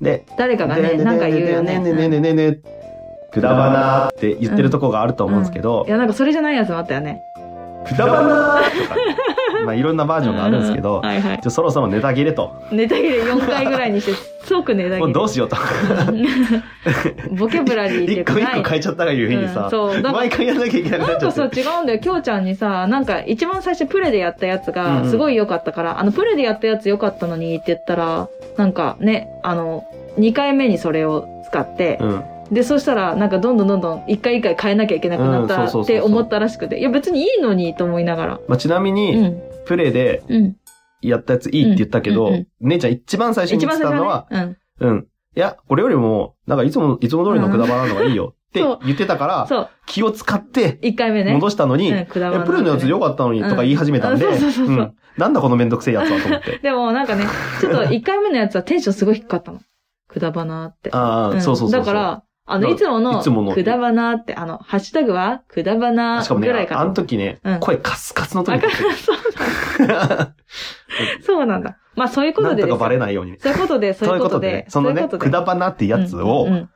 A: で、
B: 誰かが
A: で
B: ね、
A: で
B: なんか言うよね。
A: でででででででくだばなーって言ってるとこがあると思うんですけど
B: うんい、や、なんかそれじゃないやつもあったよね。
A: くだばなーとか、まあいろんなバージョンがあるんですけ
B: う
A: ど
B: う、はいはい
A: じ。ゃあそろそろネタ切れと、
B: ネタ切れ4回ぐらいにして、即ネタ切
A: も
B: れ。
A: うどう
B: *laughs*
A: しようと。
B: うん *laughs* ボキャブラリーってい
A: 一
B: うか
A: 個
B: な
A: 一
B: い
A: 個。変えちゃったがゆえに
B: う
A: さ
B: ん、そうだから
A: 毎回やんなきゃいけなくな
B: な
A: っ
B: ん
A: ちゃ
B: か
A: ってる。
B: さ、違うんだよ。きょうちゃんにさ、なんか一番最初プレでやったやつ
A: う
B: が
A: んうん
B: すごい良かったから、あのプレでやったやつ良かったのにって言ったら、なんかね、あの、2回目にそれを使って、
A: うん。
B: で、そしたらなんかどんどんどんどん1回1回変えなきゃいけなくなっ
A: うん
B: た
A: そうそうそうそう
B: って思ったらしくて、いや別にいいのにと思いながら。
A: まあちなみ
B: う
A: に、
B: ん。
A: プレイで
B: うん。
A: やったやついいって言ったけ
B: うん
A: ど
B: うんうん、
A: 姉ちゃん一番最初に
B: 一
A: 言っ
B: 番
A: て
B: 最
A: た
B: 初
A: の
B: は
A: は、
B: ね。うん。
A: うん。いや、俺よりも、なんかいつも、いつも通りのくだばなのがいいよって
B: うんそう
A: 言ってたから、
B: そう。
A: 気を使って
B: 1回目ね。
A: 戻したのに、
B: うん、くだ
A: い
B: ば
A: や
B: な
A: プレイのやつ良かったのにとか言い始めたんで、
B: うんあそうそうそうそう
A: うんなんだこのめんどくせえやつはと思って。
B: でもなんかね、ちょっと1回目のやつはテンションすごい低かったの。くだばなって。
A: ああ、
B: ん
A: そうそうそうそう。
B: だから、あ
A: だ
B: の、
A: から
B: いつも
A: いつもの
B: の、くだばなって、あの、ハッシュタグは、くだばな
A: しかも
B: ぐら
A: ね
B: い、か
A: あ
B: な。
A: の時ね、
B: うん
A: 声カスカスの時に撮って
B: あそう
A: る
B: そうなんだ。まあ、そういう
A: *laughs*
B: こ
A: な
B: と
A: ん
B: で
A: と
B: です
A: かバ
B: よ。
A: レないように。
B: そういうことで、そう
A: そうい
B: い
A: うこ
B: うことと
A: でね
B: で、。
A: そのね、くだばなってやつを、
B: うんうんうん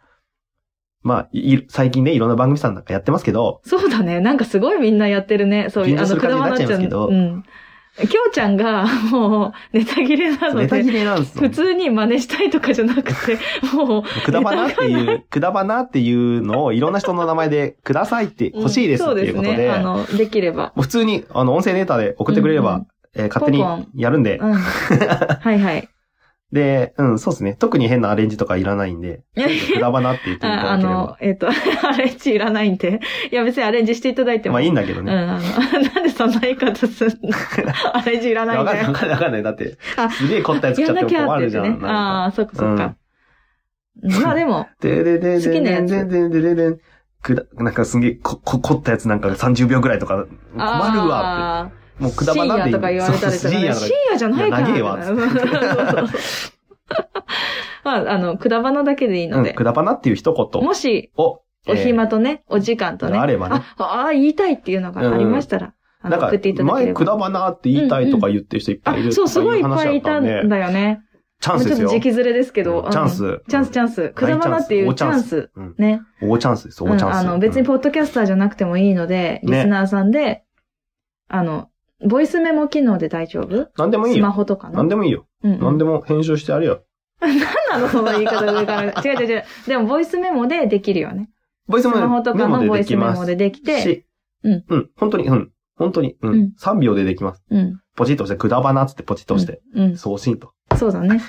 A: まあ、い最近ね、いろんな番組さんなんかやってますけど、
B: そうだね。なんかすごいみんなやってるね。そう
A: 緊
B: いう、
A: 張
B: あ
A: す
B: の、
A: る感じになっちゃいますけど
B: うん。きょうちゃんが、もう、 *laughs* ネタ切れなの
A: ネタ
B: で、
A: 切れなんですよ
B: 普。通に真似したいとかじゃなくて、 *laughs* もう、
A: *laughs* くだばなって
B: ネタが
A: いう、くだばなっていうのをいろんな人の名前でくださいって、欲しいです
B: そ
A: っ
B: う
A: てい
B: で
A: う
B: す
A: ことで、
B: ね。あの、できれば。
A: もう普通に、あの、音声データで送ってくれれば、
B: うん
A: えー勝手にやるんで、
B: うん。は
A: *laughs*
B: いはい。
A: で、うん、そうですね。特に変なアレンジとかいらないんで、くだばなって言っていた
B: あ
A: だ
B: あ
A: けれ
B: の
A: ば。、
B: えっ、と、 *laughs* アレンジいらないんで。いや、別にアレンジしていただいても。
A: まあいいんだけど
B: うん、
A: ね。
B: あの、 *laughs* なんでそんな言い方す
A: *laughs*
B: んのアレンジいらない
A: わ
B: ん
A: かんな
B: だ
A: いわ
B: よ。
A: かんないわかんない。だって
B: あ、
A: すげえ凝ったやつ来ち
B: や
A: ゃっ
B: ん
A: て
B: な
A: も
B: きゃっ
A: 困
B: て
A: るじ
B: 言
A: ゃ
B: ってね
A: ん。。な
B: あ
A: んか
B: あー、そっかそっか。まあでも、
A: でででで
B: 好きなや
A: で
B: つ
A: でででででくだ、なんかすげえこ、こ、凝ったやつなんか30秒ぐらいとか、 *laughs* 困るわっ
B: ああ
A: て。もうくだばなって
B: 深夜とか言われたりと
A: そ
B: か、
A: うそう深
B: ね。
A: 夜とか
B: 深夜じゃないから。
A: いや長え
B: そうそうそう *laughs* まあ、あの、くだばなだけでいいの
A: うん、
B: で。
A: くだばなっていう一言
B: もし、
A: を、
B: お
A: え
B: 暇とね、お時間とね。
A: あればね
B: あ、あ言いたいっていうのがありました
A: ー
B: ら、あ
A: な
B: の、送
A: ん
B: ってい
A: か、
B: ただけ
A: 前
B: れば。
A: くだばなって言いたいとか言ってる人いっぱいいる
B: あ、そう、すごいいっぱいいたん
A: とかう話だったんで
B: だよね。
A: チャンス
B: ちょ
A: で
B: っ
A: す
B: と
A: よ。
B: 時期ずれですけど。
A: チャン
B: うん。
A: ス。
B: チャンス、チ
A: ャン
B: ャンス。くだばなってい
A: 大
B: う
A: チ
B: チ
A: ャ
B: ャ
A: ン
B: ン
A: ス
B: ス
A: うん。
B: ね。
A: ス。大チャンスです、
B: う
A: 大
B: ん
A: チャンス。
B: あの、別に
A: うん
B: ポッドキャスターじゃなくてもいいので、リ
A: ね
B: スナーさんで、あの、ボイスメモ機能で大丈夫
A: 何でもいい
B: スマ
A: よ。
B: ホとか
A: 何
B: の。
A: でもいいよ。
B: うんうん
A: 何
B: *laughs*
A: でも編集してあるよ。
B: なんなのその言い方
A: *laughs*
B: 上から。違う違う違う。でも、ボイスメモでできるよね。
A: ボイス
B: ス
A: メ
B: マホ
A: モ
B: とかの
A: で
B: ボ
A: で
B: イス
A: き
B: メ
A: ま
B: モ
A: す
B: でできて、
A: し、
B: うん
A: うん、本当に、うん、本当に、う
B: うんん、
A: 3秒でできます。
B: うん。
A: ポチッと押して、くだばなっつってポチッと押して、
B: うん。
A: 送信と。
B: そうだね。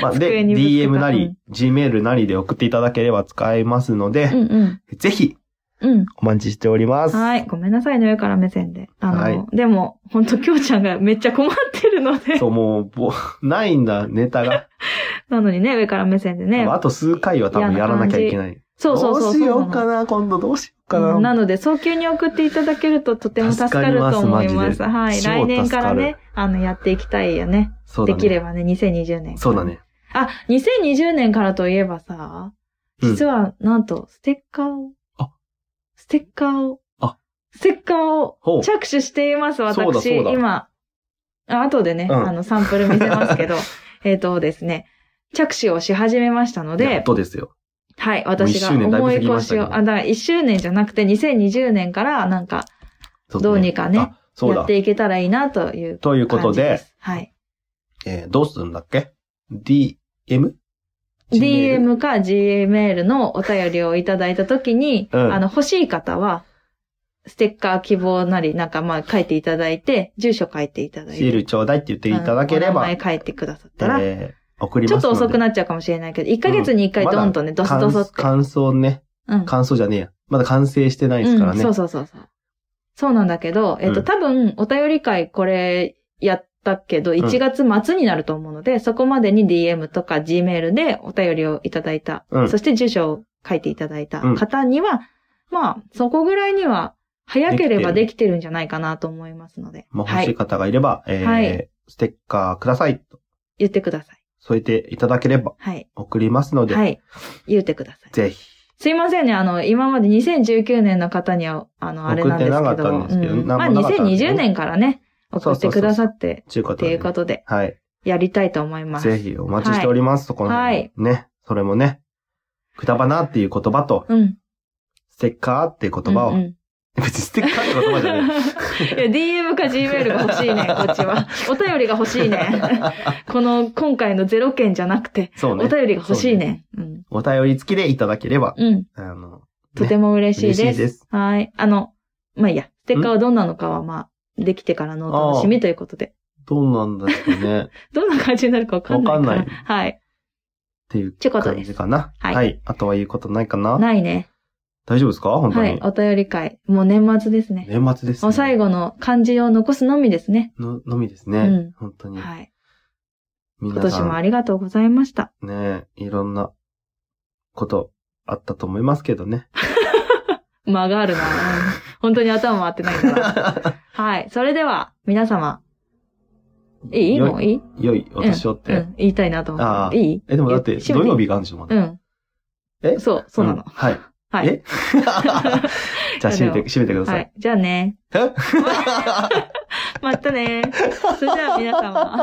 A: まあ、で、
B: 机にぶつけた
A: DM な
B: う
A: り、Gmail なりで送っていただければ使えますの
B: う
A: で、
B: んうん。
A: ぜひ、
B: うん。
A: お待ちしております。
B: はい。ごめんなさいね、上から目線で。あの、
A: はい
B: でも、本当きょうちゃんがめっちゃ困ってるので
A: そ、う、もう、ぼないんだ、ネタが。
B: *laughs* なのにね、上から目線でね。
A: あと数回は多分やらなきゃいけない。
B: そうそうそう。
A: どうしよう
B: そう
A: か
B: な
A: な、今度どうしようか
B: の。
A: な。
B: うんなので、早急に送っていただけるととても助かると思います。
A: 助かりま
B: はい。
A: す
B: 来
A: マジで
B: 年から
A: 超助
B: ね、あの、やっていきたいよね。
A: そうだ
B: で
A: ね
B: きればね、2020年。
A: そうだ。ね。
B: あ、2020年からといえばさ、
A: うん
B: 実は、なんと、ステッカーを、
A: あ
B: ステッカーを、
A: あ
B: ステッカーを
A: ほう。
B: 着手しています、
A: そうだ
B: 私。
A: そうだ
B: 今。あ後でね、
A: うん
B: あの、サンプル見せま
A: *laughs*
B: すけど、えっとですね、着手をし始めましたの
A: やっ
B: で、
A: とですよ。
B: はい、私が
A: もう一周年だいぶ
B: 思
A: 過
B: い
A: ぎま
B: 越
A: し
B: したを、
A: ね
B: あ、だから1周年じゃなくて2020年からなんか、
A: そ
B: どうにかね
A: あそう
B: や
A: だ
B: って。いけたらいいなという
A: というこ
B: 感
A: と
B: じで
A: で、
B: す。はい。
A: えーどうするんだっけ ?DM?DM
B: DM か Gmail のお便りをいただいたときに、
A: うん
B: あの、欲しい方は、ステッカー希望なり、なんかまあ書いていただいて、住所書いていただいて。
A: シールちょうだいって言っていただければ、
B: あのお名
A: え
B: 前書いてくださったら、
A: ー、送り
B: ちょ
A: ま
B: っ
A: すの
B: と
A: で。
B: 遅くなっちゃうかもしれないけど、1ヶ月に1回どんとね、ドスドスって。
A: 感想ね。
B: うん。
A: 感想じゃねえや。まだ完成してないですから
B: うん
A: ね。
B: そうそうそうそう。そうなんだけど、えっ、と、
A: うん
B: 多分、お便り会これやったけど、1月末になると思うので、そこまでに DM とか Gmail でお便りをいただいた、
A: うん
B: そして住所を書いていただいた方には、まあ、そこぐらいには、早ければで
A: で
B: きてるんじゃないかなと思いますので、
A: まあ、
B: は
A: 欲しい
B: い。
A: 方がいれば、えー
B: はい
A: ステッカーくださいと。
B: 言ってください。
A: 添えていただければ
B: はい。
A: 送りますので、
B: はい。言ってください。
A: ぜひ。
B: すいませんね。あの、今まで2019年の方には、あの、あれなんですけど。
A: 送ってなかったんですけど
B: うんま
A: なんも
B: あ、
A: なかったんですね
B: 2020年からね、送ってくださって、
A: ちゅうこと
B: って
A: で
B: いうことで、
A: はい。
B: やりたいと思います。
A: ぜひお待ちしております、そこの辺
B: はい
A: ね。それもね、くだばなっていう言葉と、
B: うん。
A: ステッカーっていう言葉を、 *laughs*
B: うんうん
A: 別にステッカーって言葉じゃない。
B: *laughs* いや、DM か Gmail が欲しいね、こっちは。お便りが欲し
A: *laughs*
B: いね。この、今回のゼロ件じゃなくて、
A: そう
B: お
A: ね。
B: 便りが欲しいね。うん。
A: お便り付きでいただければ、
B: うん。
A: あの、
B: とても嬉しいです。
A: 嬉しいです
B: はい。あの、まあ、いいや、ステッカーはどんなのかは、まあ、できてからのお楽しみということで。
A: どうなんだろうね。っ
B: どんな感じになるかわかんない
A: わかん
B: ら
A: な
B: はい。
A: ていう
B: ちゅうこと
A: 感
B: です
A: じ。かな。
B: はい
A: あとは言うことないかな。
B: ないね。
A: 大丈夫ですか本当
B: は
A: に。
B: い。お便り会。もう年末ですね。
A: 年末です、
B: もう最後の漢字を残すのみですね。
A: ののみですね。
B: うん
A: 本当に。
B: はい。今
A: 皆
B: 年
A: さ
B: もあ
A: ん、
B: りがとうございました。
A: ね、いろんなことあったと思いますけど
B: *laughs*
A: ね。
B: 間が
A: *laughs*
B: あるな。うん本当に頭回ってないから。はい。それでは、皆様。いい
A: 良
B: もういい
A: 良いお年をっ
B: う
A: て。
B: ん。言いたいなと思
A: あ
B: っ
A: あ
B: て。いい
A: え、でもだって、
B: え締め
A: 土
B: ていい
A: 曜日があるんでしょ、まだ。
B: うん。
A: え
B: そう、そうなの
A: ん。
B: *laughs*
A: はい。
B: はい。
A: えじゃあ、締めて、締めてくだ
B: は
A: さい。
B: い。じゃあね。
A: え
B: またね。それでは皆
A: *laughs*
B: 様。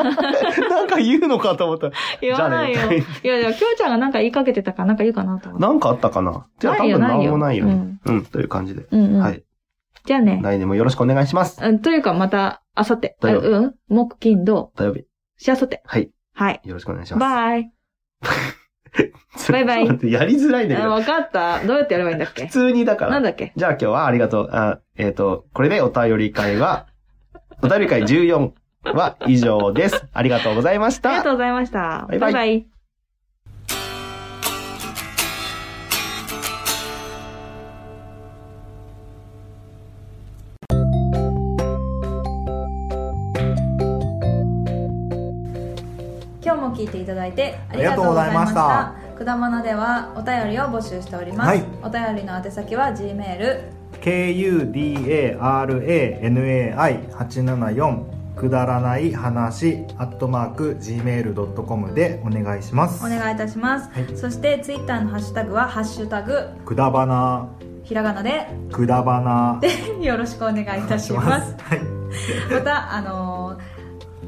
A: なんか言うのかと思った。
B: 言わない
A: じゃ
B: よ。
A: あね
B: いやいや、きょうちゃんがなんか言いかけてたからなんか言うかなと思って。
A: なんかあったかなじゃあ、多
B: ないよ
A: 分なんもな
B: ない
A: い
B: よ
A: よね。うん、という感じで。
B: うんうん。
A: はい。
B: じゃあね。
A: 来年もよろしくお願いします。
B: うんというか、また、あさって。
A: だよ
B: うん木、金、土、
A: 土曜日。
B: しあさって。
A: はい。
B: はい。
A: よろしくお願いし *laughs* ます。
B: バイ。バイバイ
A: ちょっと待ってやりづらいんだけ
B: あ
A: ど。
B: わかった。どうやってやればいいんだっ
A: 普
B: け
A: 通にだから
B: なん。だっけ
A: じゃあ今日はありがとう。あえっ、と、これでお便り会は、 *laughs* お便り会14は以上です。ありがとうございまし
B: あり
A: た
B: がと。うございました。
A: バイバイ
B: バイ今日も聞いていただいてありがとうございました
C: あ
B: くだまなではお便りを募集しております、
C: はい
B: お便りの宛先は G メール
C: kudaranai874 くだらない話アットマーク gmail.com でお願いします
B: お願いいたします、
C: はい
B: そしてツイッターのハッシュタグはハッシュタグ
C: くだばな
B: ひらがなで
C: くだばな
B: でよろしくお願いいたします
C: はい
B: またあのー